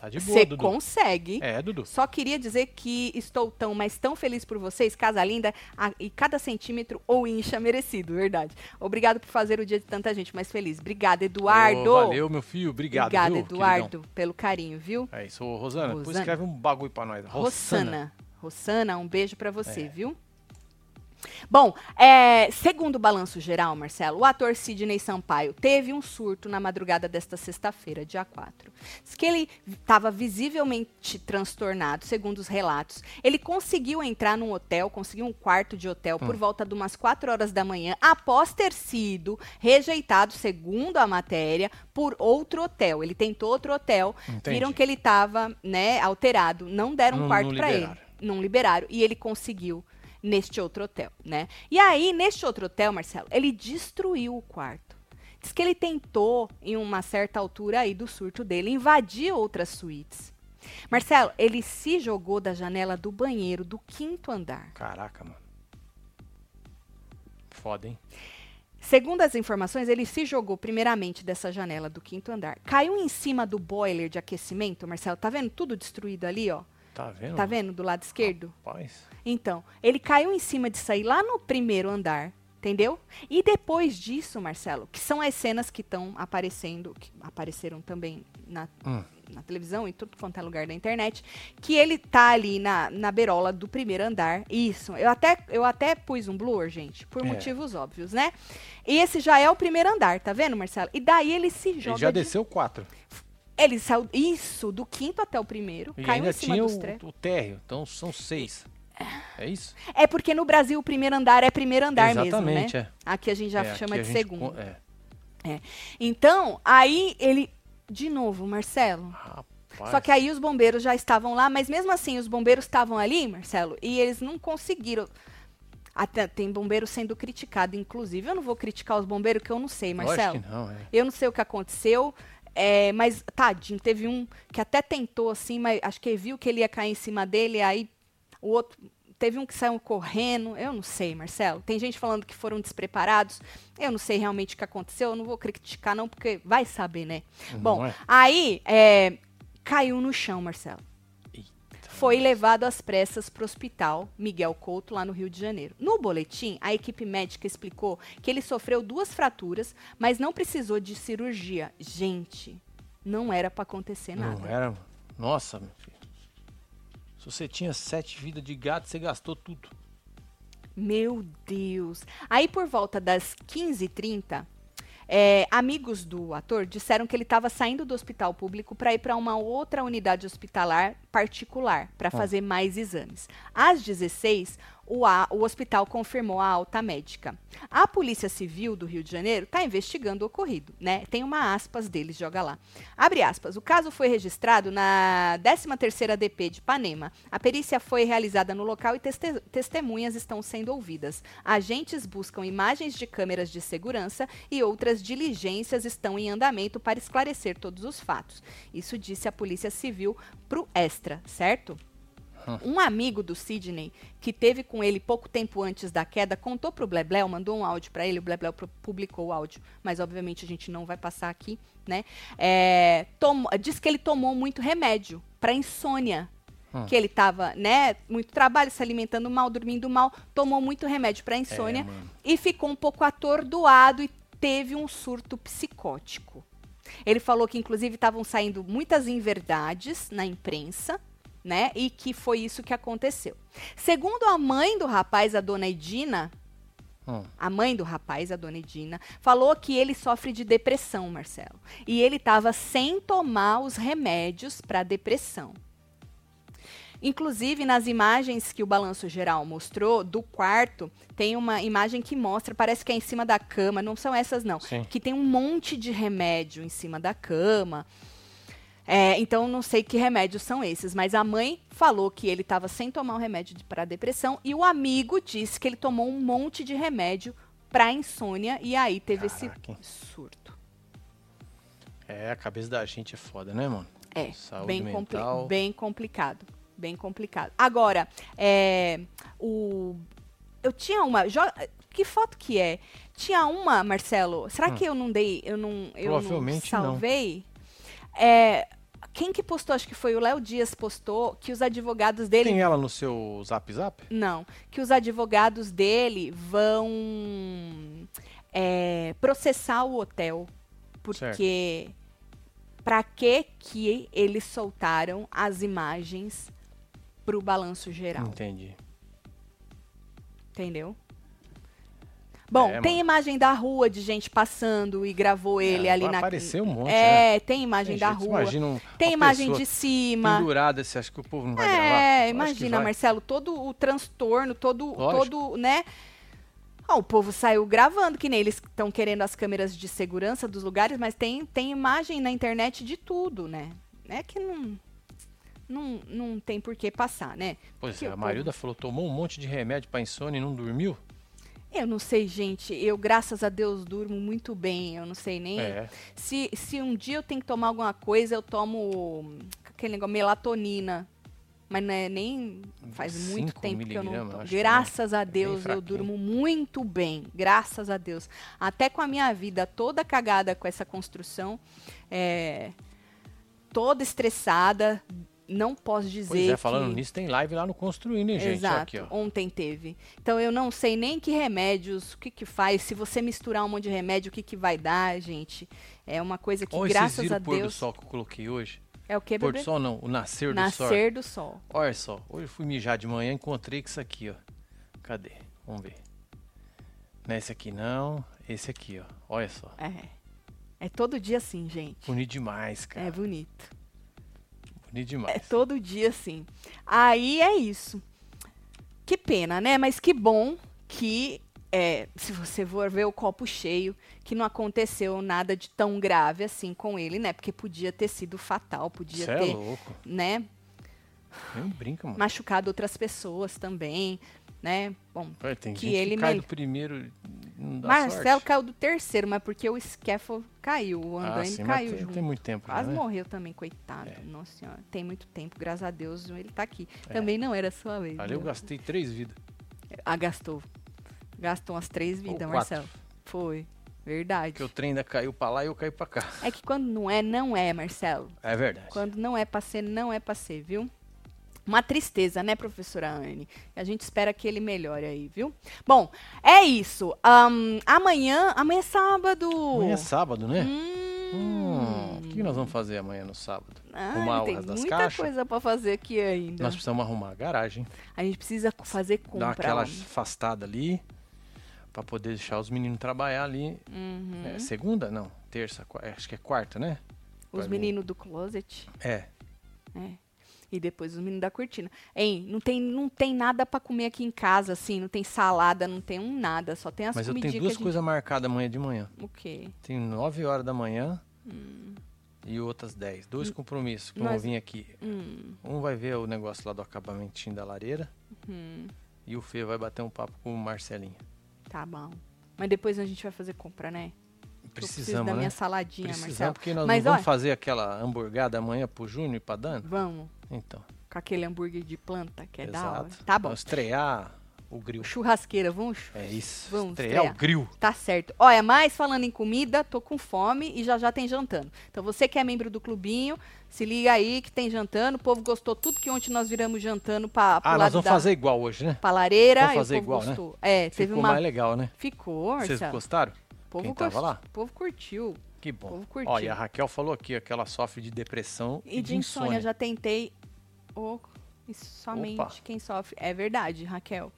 Speaker 2: Tá de boa,
Speaker 1: Você
Speaker 2: Dudu.
Speaker 1: consegue.
Speaker 2: É, Dudu.
Speaker 1: Só queria dizer que estou tão, mas tão feliz por vocês, casa linda, a- e cada centímetro ou incha merecido, verdade. Obrigado por fazer o dia de tanta gente mais feliz. Obrigada, Eduardo.
Speaker 2: Ô, Oh, valeu, meu filho. Obrigado,
Speaker 1: Obrigada,
Speaker 2: viu,
Speaker 1: Eduardo,
Speaker 2: queridão?
Speaker 1: pelo carinho, viu?
Speaker 2: É isso. Ô, Rosana, depois
Speaker 1: Rosana.
Speaker 2: escreve um bagulho pra nós. Rosana.
Speaker 1: Rossana. Rossana, um beijo pra você, viu? Bom, é, segundo o balanço geral, Marcelo, o ator Sidney Sampaio teve um surto na madrugada desta sexta-feira, dia 4. Diz que ele estava visivelmente transtornado, segundo os relatos. Ele conseguiu entrar num hotel, conseguiu um quarto de hotel por volta de umas 4 horas da manhã, após ter sido rejeitado, segundo a matéria, por outro hotel. Ele tentou outro hotel,
Speaker 2: Entendi.
Speaker 1: viram que ele estava né, alterado, não deram um
Speaker 2: Não-
Speaker 1: quarto
Speaker 2: não
Speaker 1: para ele,
Speaker 2: liberaram.
Speaker 1: não liberaram e ele conseguiu neste outro hotel, né? E aí neste outro hotel, Marcelo, ele destruiu o quarto. Diz que ele tentou em uma certa altura aí do surto dele invadir outras suítes. Marcelo, ele se jogou da janela do banheiro do quinto andar.
Speaker 2: Caraca, mano. Foda, hein?
Speaker 1: Segundo as informações, ele se jogou primeiramente dessa janela do quinto andar. Caiu em cima do boiler de aquecimento, Marcelo. Tá vendo tudo destruído ali, ó?
Speaker 2: Tá vendo?
Speaker 1: Tá vendo do lado esquerdo?
Speaker 2: Rapaz.
Speaker 1: Então, ele caiu em cima de sair lá no primeiro andar, entendeu? E depois disso, Marcelo, que são as cenas que estão aparecendo, que apareceram também na,
Speaker 2: Hum.
Speaker 1: na televisão e tudo quanto é lugar da internet, que ele tá ali na, na berola do primeiro andar. Isso. Eu até, eu até pus um blur, gente, por
Speaker 2: É.
Speaker 1: motivos óbvios, né? E esse já é o primeiro andar, tá vendo, Marcelo? E daí ele se joga.
Speaker 2: Ele já
Speaker 1: de-
Speaker 2: desceu quatro.
Speaker 1: Ele saiu. Isso, do quinto até o primeiro.
Speaker 2: E
Speaker 1: caiu
Speaker 2: ainda
Speaker 1: em cima
Speaker 2: tinha
Speaker 1: dos tre...
Speaker 2: o, o térreo. Então são seis. É isso?
Speaker 1: É porque no Brasil o primeiro andar é primeiro andar
Speaker 2: Exatamente,
Speaker 1: mesmo, né? Aqui a gente já
Speaker 2: É,
Speaker 1: chama
Speaker 2: aqui a
Speaker 1: de
Speaker 2: gente
Speaker 1: segundo.
Speaker 2: con- É.
Speaker 1: Então, aí ele de novo, Marcelo.
Speaker 2: Rapaz.
Speaker 1: Só que aí os bombeiros já estavam lá, mas mesmo assim os bombeiros estavam ali, Marcelo, e eles não conseguiram. Até tem bombeiro sendo criticado, inclusive. Eu não vou criticar os bombeiros que eu não sei, Marcelo.
Speaker 2: Lógico que não, é.
Speaker 1: Eu não sei o que aconteceu, é, mas tadinho, teve um que até tentou assim, mas acho que viu que ele ia cair em cima dele, aí o outro. Teve um que saiu correndo, eu não sei, Marcelo. Tem gente falando que foram despreparados. Eu não sei realmente o que aconteceu, eu não vou criticar, não, porque vai saber, né?
Speaker 2: Não
Speaker 1: Bom,
Speaker 2: é?
Speaker 1: aí é, caiu no chão, Marcelo.
Speaker 2: Eita.
Speaker 1: Foi levado às pressas para o hospital Miguel Couto, lá no Rio de Janeiro. No boletim, a equipe médica explicou que ele sofreu duas fraturas, mas não precisou de cirurgia. Gente, não era para acontecer É nada.
Speaker 2: Não era, mano. Nossa, meu filho. Se você tinha sete vidas de gato, você gastou tudo.
Speaker 1: Meu Deus. Aí por volta das 15h30, é, amigos do ator disseram que ele estava saindo do hospital público para ir para uma outra unidade hospitalar particular para fazer mais exames. Às 16, o, a, o hospital confirmou a alta médica. A Polícia Civil do Rio de Janeiro está investigando o ocorrido, né? Tem uma aspas deles, joga lá. Abre aspas. O caso foi registrado na 13ª DP de Panema. A perícia foi realizada no local e teste- testemunhas estão sendo ouvidas. Agentes buscam imagens de câmeras de segurança e outras diligências estão em andamento para esclarecer todos os fatos. Isso disse a Polícia Civil pro Extra, certo? Um amigo do Sidney, que teve com ele pouco tempo antes da queda, contou pro Blebleu, mandou um áudio para ele, o Blebleu pro- publicou o áudio, mas obviamente a gente não vai passar aqui, né? É, tom- diz que ele tomou muito remédio para insônia.
Speaker 2: Hum.
Speaker 1: Que ele tava, né, muito trabalho, se alimentando mal, dormindo mal, tomou muito remédio para insônia
Speaker 2: mano.
Speaker 1: e ficou um pouco atordoado e teve um surto psicótico. Ele falou que, inclusive, estavam saindo muitas inverdades na imprensa, né? E que foi isso que aconteceu. Segundo a mãe do rapaz, a dona Edina,
Speaker 2: Hum.
Speaker 1: a mãe do rapaz, a dona Edina, falou que ele sofre de depressão, Marcelo. E ele estava sem tomar os remédios para depressão. Inclusive, nas imagens que o balanço geral mostrou do quarto, tem uma imagem que mostra, parece que é em cima da cama, não são essas não,
Speaker 2: Sim.
Speaker 1: que tem um monte de remédio em cima da cama. É, então, não sei que remédios são esses, mas a mãe falou que ele estava sem tomar o remédio para depressão e o amigo disse que ele tomou um monte de remédio para insônia e aí teve
Speaker 2: Caraca, hein?
Speaker 1: esse surto.
Speaker 2: É, a cabeça da gente é foda, né, mano?
Speaker 1: É,
Speaker 2: Saúde
Speaker 1: bem, compli-
Speaker 2: mental.
Speaker 1: bem complicado. Bem complicado. Agora, é, o. Eu tinha uma. jo- Que foto que é? Tinha uma, Marcelo. Será que eu não dei. Eu não. Eu
Speaker 2: Hum. Provavelmente não.
Speaker 1: não salvei? É, quem que postou? Acho que foi o Léo Dias postou que os advogados dele.
Speaker 2: Tem ela no seu zap zap?
Speaker 1: Não. Que os advogados dele vão é, processar o hotel. Porque. Pra que que eles soltaram as imagens pro balanço geral?
Speaker 2: Entendi.
Speaker 1: Entendeu? Bom,
Speaker 2: É,
Speaker 1: tem
Speaker 2: mano.
Speaker 1: imagem da rua de gente passando e gravou ele
Speaker 2: É,
Speaker 1: ali
Speaker 2: vai
Speaker 1: na.
Speaker 2: aparecer um monte, né?
Speaker 1: É, tem imagem
Speaker 2: Tem
Speaker 1: da
Speaker 2: jeito,
Speaker 1: rua.
Speaker 2: Imagina um,
Speaker 1: Tem
Speaker 2: uma
Speaker 1: imagem de
Speaker 2: pessoa
Speaker 1: cima.
Speaker 2: pendurada, você acha que o povo não vai gravar?
Speaker 1: É,
Speaker 2: Acho que
Speaker 1: imagina,
Speaker 2: vai.
Speaker 1: Marcelo, todo o transtorno, todo,
Speaker 2: Lógico.
Speaker 1: todo, né? Ó, o povo saiu gravando, que nem eles estão querendo as câmeras de segurança dos lugares, mas tem, tem imagem na internet de tudo, né? É que não, não, não tem por que passar, né?
Speaker 2: Pois
Speaker 1: Que
Speaker 2: é,
Speaker 1: o
Speaker 2: a
Speaker 1: povo-
Speaker 2: Marilda falou, tomou um monte de remédio pra insônia e não dormiu?
Speaker 1: Eu não sei, gente. Eu, graças a Deus, durmo muito bem. Eu não sei nem.
Speaker 2: É.
Speaker 1: Se, se um dia eu tenho que tomar alguma coisa, eu tomo hum, aquele negócio, melatonina. Mas não é nem. Faz muito
Speaker 2: Cinco
Speaker 1: tempo que eu não
Speaker 2: miligramas,
Speaker 1: tomo.
Speaker 2: acho que é.
Speaker 1: Graças a
Speaker 2: bem
Speaker 1: Deus, eu
Speaker 2: fraquinho.
Speaker 1: durmo muito bem. Graças a Deus. Até com a minha vida toda cagada com essa construção, é, toda estressada, não posso dizer.
Speaker 2: Pois é, falando
Speaker 1: que...
Speaker 2: nisso, tem live lá no Construindo, hein, gente? Ó,
Speaker 1: Exato.
Speaker 2: aqui, ó.
Speaker 1: Ontem teve. Então eu não sei nem que remédios, o que que faz. Se você misturar um monte de remédio, o que que vai dar, gente? É uma coisa que
Speaker 2: Olha vocês
Speaker 1: graças
Speaker 2: viram
Speaker 1: a
Speaker 2: o pôr do
Speaker 1: Deus
Speaker 2: sol que eu coloquei hoje?
Speaker 1: é o que
Speaker 2: Pôr do
Speaker 1: bebê?
Speaker 2: sol não, o nascer, do sol.
Speaker 1: Nascer do sol.
Speaker 2: Olha só, hoje eu fui mijar de manhã, encontrei com isso aqui, ó. Cadê? Vamos ver. Não é esse aqui não, esse aqui, ó. Olha só.
Speaker 1: É. É todo dia assim, gente.
Speaker 2: Bonito demais, cara.
Speaker 1: É bonito.
Speaker 2: Bonito demais.
Speaker 1: É todo dia assim. Aí é isso. Que pena, né? Mas que bom que é, se você for ver o copo cheio, que não aconteceu nada de tão grave assim com ele, né? Porque podia ter sido fatal, podia
Speaker 2: Cê é
Speaker 1: ter,
Speaker 2: louco.
Speaker 1: né?
Speaker 2: Nem brinca, mano.
Speaker 1: machucado outras pessoas também, né? Bom,
Speaker 2: Olha, tem
Speaker 1: que
Speaker 2: gente
Speaker 1: ele
Speaker 2: que cai
Speaker 1: mel-
Speaker 2: do primeiro não dá
Speaker 1: Marcelo
Speaker 2: sorte.
Speaker 1: caiu do terceiro, mas porque o scaffold caiu, o
Speaker 2: Ah,
Speaker 1: andaime
Speaker 2: sim, mas
Speaker 1: caiu
Speaker 2: tem,
Speaker 1: junto.
Speaker 2: tem muito tempo, já,
Speaker 1: Quase
Speaker 2: né? É.
Speaker 1: morreu também, coitado. Nossa senhora, tem muito tempo, graças a Deus ele tá aqui. Também não era sua vez.
Speaker 2: Ali eu
Speaker 1: viu?
Speaker 2: gastei três vidas.
Speaker 1: Ah, gastou. Gastou umas três
Speaker 2: Ou
Speaker 1: vidas,
Speaker 2: quatro.
Speaker 1: Marcelo. Foi, verdade.
Speaker 2: Porque o trem ainda caiu pra lá e eu caí pra cá.
Speaker 1: É que quando não é, não é, Marcelo.
Speaker 2: É verdade.
Speaker 1: Quando não é pra ser, não é pra ser, viu? Uma tristeza, né, professora Anne? A gente espera que ele melhore aí, viu? Bom, é isso. Ahn, amanhã, amanhã é sábado.
Speaker 2: Amanhã é sábado, né?
Speaker 1: Hum,
Speaker 2: O que nós vamos fazer amanhã no sábado?
Speaker 1: Ai,
Speaker 2: arrumar o
Speaker 1: tem
Speaker 2: resto das
Speaker 1: muita
Speaker 2: caixas?
Speaker 1: coisa pra fazer aqui ainda.
Speaker 2: Nós precisamos arrumar a garagem,
Speaker 1: A gente precisa fazer
Speaker 2: dar
Speaker 1: compra.
Speaker 2: aquela
Speaker 1: ó.
Speaker 2: afastada ali, pra poder deixar os meninos trabalhar ali.
Speaker 1: Uhum.
Speaker 2: É, segunda? Não, terça, qua- acho que é quarta, né?
Speaker 1: Os
Speaker 2: pra mim.
Speaker 1: meninos do closet.
Speaker 2: É,
Speaker 1: É. E depois os meninos da cortina. Hein, não tem, não tem nada pra comer aqui em casa, assim. Não tem salada, não tem um nada. Só tem as
Speaker 2: mas eu
Speaker 1: comidinhas
Speaker 2: tenho duas
Speaker 1: que a gente-
Speaker 2: coisas marcadas amanhã de manhã.
Speaker 1: O quê?
Speaker 2: Tem 9 horas da manhã
Speaker 1: Hum.
Speaker 2: e outras 10. Dois compromissos que vão
Speaker 1: Nós-
Speaker 2: vir aqui.
Speaker 1: Hum.
Speaker 2: Um vai ver o negócio lá do acabamentinho da lareira.
Speaker 1: Hum.
Speaker 2: E o Fê vai bater um papo com o Marcelinho.
Speaker 1: Tá bom. Mas depois a gente vai fazer compra, né? Eu preciso
Speaker 2: Precisamos,
Speaker 1: da minha
Speaker 2: né?
Speaker 1: saladinha, Marcelo.
Speaker 2: Precisamos, porque nós
Speaker 1: Mas
Speaker 2: não vamos
Speaker 1: olha,
Speaker 2: fazer aquela hamburgada amanhã pro Júnior e pra Dana.
Speaker 1: vamos.
Speaker 2: Então,
Speaker 1: Com aquele hambúrguer de planta, que é da hora.
Speaker 2: exato.
Speaker 1: Tá bom.
Speaker 2: Vamos estrear o grill.
Speaker 1: Churrasqueira, vamos? chu-
Speaker 2: É isso,
Speaker 1: Vamos
Speaker 2: estrear
Speaker 1: estrear.
Speaker 2: o grill.
Speaker 1: Tá certo. Olha, mas falando em comida, tô com fome e já já tem jantando. Então você que é membro do clubinho, se liga aí que tem jantando. O povo gostou tudo que ontem nós viramos jantando pra, pro
Speaker 2: Ah,
Speaker 1: lado
Speaker 2: nós vamos
Speaker 1: da
Speaker 2: fazer igual hoje, né?
Speaker 1: palareira.
Speaker 2: Vamos
Speaker 1: e o
Speaker 2: fazer
Speaker 1: povo
Speaker 2: igual, né?
Speaker 1: gostou. É, teve
Speaker 2: Ficou
Speaker 1: uma...
Speaker 2: mais legal, né?
Speaker 1: Ficou,
Speaker 2: Vocês
Speaker 1: Orsa.
Speaker 2: gostaram?
Speaker 1: O povo
Speaker 2: Quem tava
Speaker 1: gost-
Speaker 2: lá?
Speaker 1: O povo curtiu.
Speaker 2: Que bom.
Speaker 1: Povo curtiu.
Speaker 2: Ó, e a Raquel falou aqui ó, que ela sofre de depressão
Speaker 1: E de insônia, já tentei. Ô, isso somente
Speaker 2: Opa.
Speaker 1: quem sofre. É verdade, Raquel.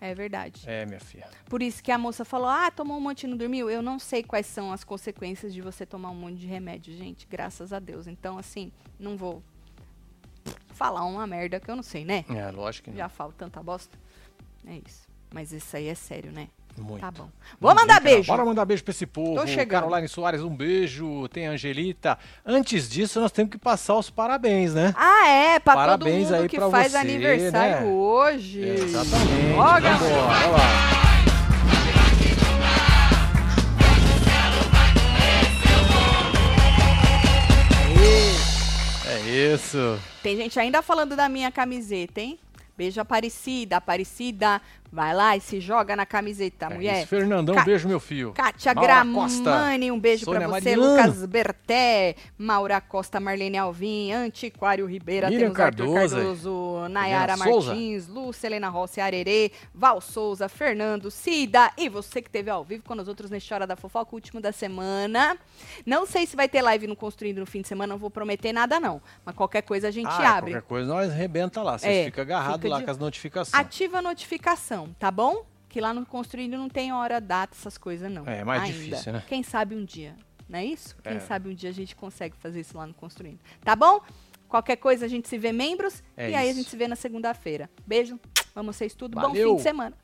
Speaker 1: É verdade.
Speaker 2: É, minha filha.
Speaker 1: Por isso que a moça falou: ah, tomou um monte e não dormiu. Eu não sei quais são as consequências de você tomar um monte de remédio, gente. Graças a Deus. Então, assim, não vou falar uma merda que eu não sei, né?
Speaker 2: É, lógico que
Speaker 1: Já falo tanta bosta. É isso. Mas isso aí é sério, né?
Speaker 2: não. Muito.
Speaker 1: Tá bom. Vou mandar
Speaker 2: Brincadeira.
Speaker 1: beijo.
Speaker 2: Bora mandar beijo pra esse povo.
Speaker 1: Tô chegando.
Speaker 2: Caroline Soares, um beijo. Tem a Angelita. Antes disso, nós temos que passar os parabéns, né?
Speaker 1: Ah, é, pra
Speaker 2: Parabéns
Speaker 1: todo mundo
Speaker 2: aí
Speaker 1: que
Speaker 2: pra
Speaker 1: faz
Speaker 2: você,
Speaker 1: aniversário
Speaker 2: né?
Speaker 1: hoje.
Speaker 2: Exatamente.
Speaker 1: Ó,
Speaker 2: Vambora, olha lá. É isso.
Speaker 1: Tem gente ainda falando da minha camiseta, hein? Beijo Aparecida, Aparecida. Vai lá e se joga na camiseta,
Speaker 2: É
Speaker 1: mulher.
Speaker 2: isso. Fernandão,
Speaker 1: Ca-
Speaker 2: beijo, meu filho.
Speaker 1: Kátia
Speaker 2: Maura Costa.
Speaker 1: Gramani, um beijo
Speaker 2: Sônia
Speaker 1: pra você.
Speaker 2: Mariano.
Speaker 1: Lucas Berté, Maura Costa, Marlene Alvim, Antiquário Ribeira,
Speaker 2: Miriam
Speaker 1: temos Arthur
Speaker 2: Cardoso.
Speaker 1: Cardoso, Nayara
Speaker 2: Helena Souza.
Speaker 1: Martins, Lúcia Helena Rossi, Arerê, Val Souza, Fernando, Cida e você que esteve ao vivo com nós outros neste Hora da Fofoca, o último da semana. Não sei se vai ter live no Construindo no fim de semana, não vou prometer nada não, mas qualquer coisa a gente
Speaker 2: Ah,
Speaker 1: abre.
Speaker 2: Qualquer coisa nós rebenta lá. Vocês
Speaker 1: É,
Speaker 2: ficam agarrados
Speaker 1: fica
Speaker 2: lá
Speaker 1: de-
Speaker 2: com as notificações.
Speaker 1: Ativa a notificação, tá bom? Que lá no Construindo não tem hora, data, essas coisas não.
Speaker 2: É, mais
Speaker 1: ainda.
Speaker 2: difícil, né?
Speaker 1: Quem sabe um dia, não é isso? Quem
Speaker 2: É.
Speaker 1: sabe um dia a gente consegue fazer isso lá no Construindo. Tá bom? Qualquer coisa a gente se vê membros
Speaker 2: É
Speaker 1: e aí a
Speaker 2: isso.
Speaker 1: gente se vê na segunda-feira. Beijo, amo vocês tudo, bom
Speaker 2: Valeu.
Speaker 1: fim de semana.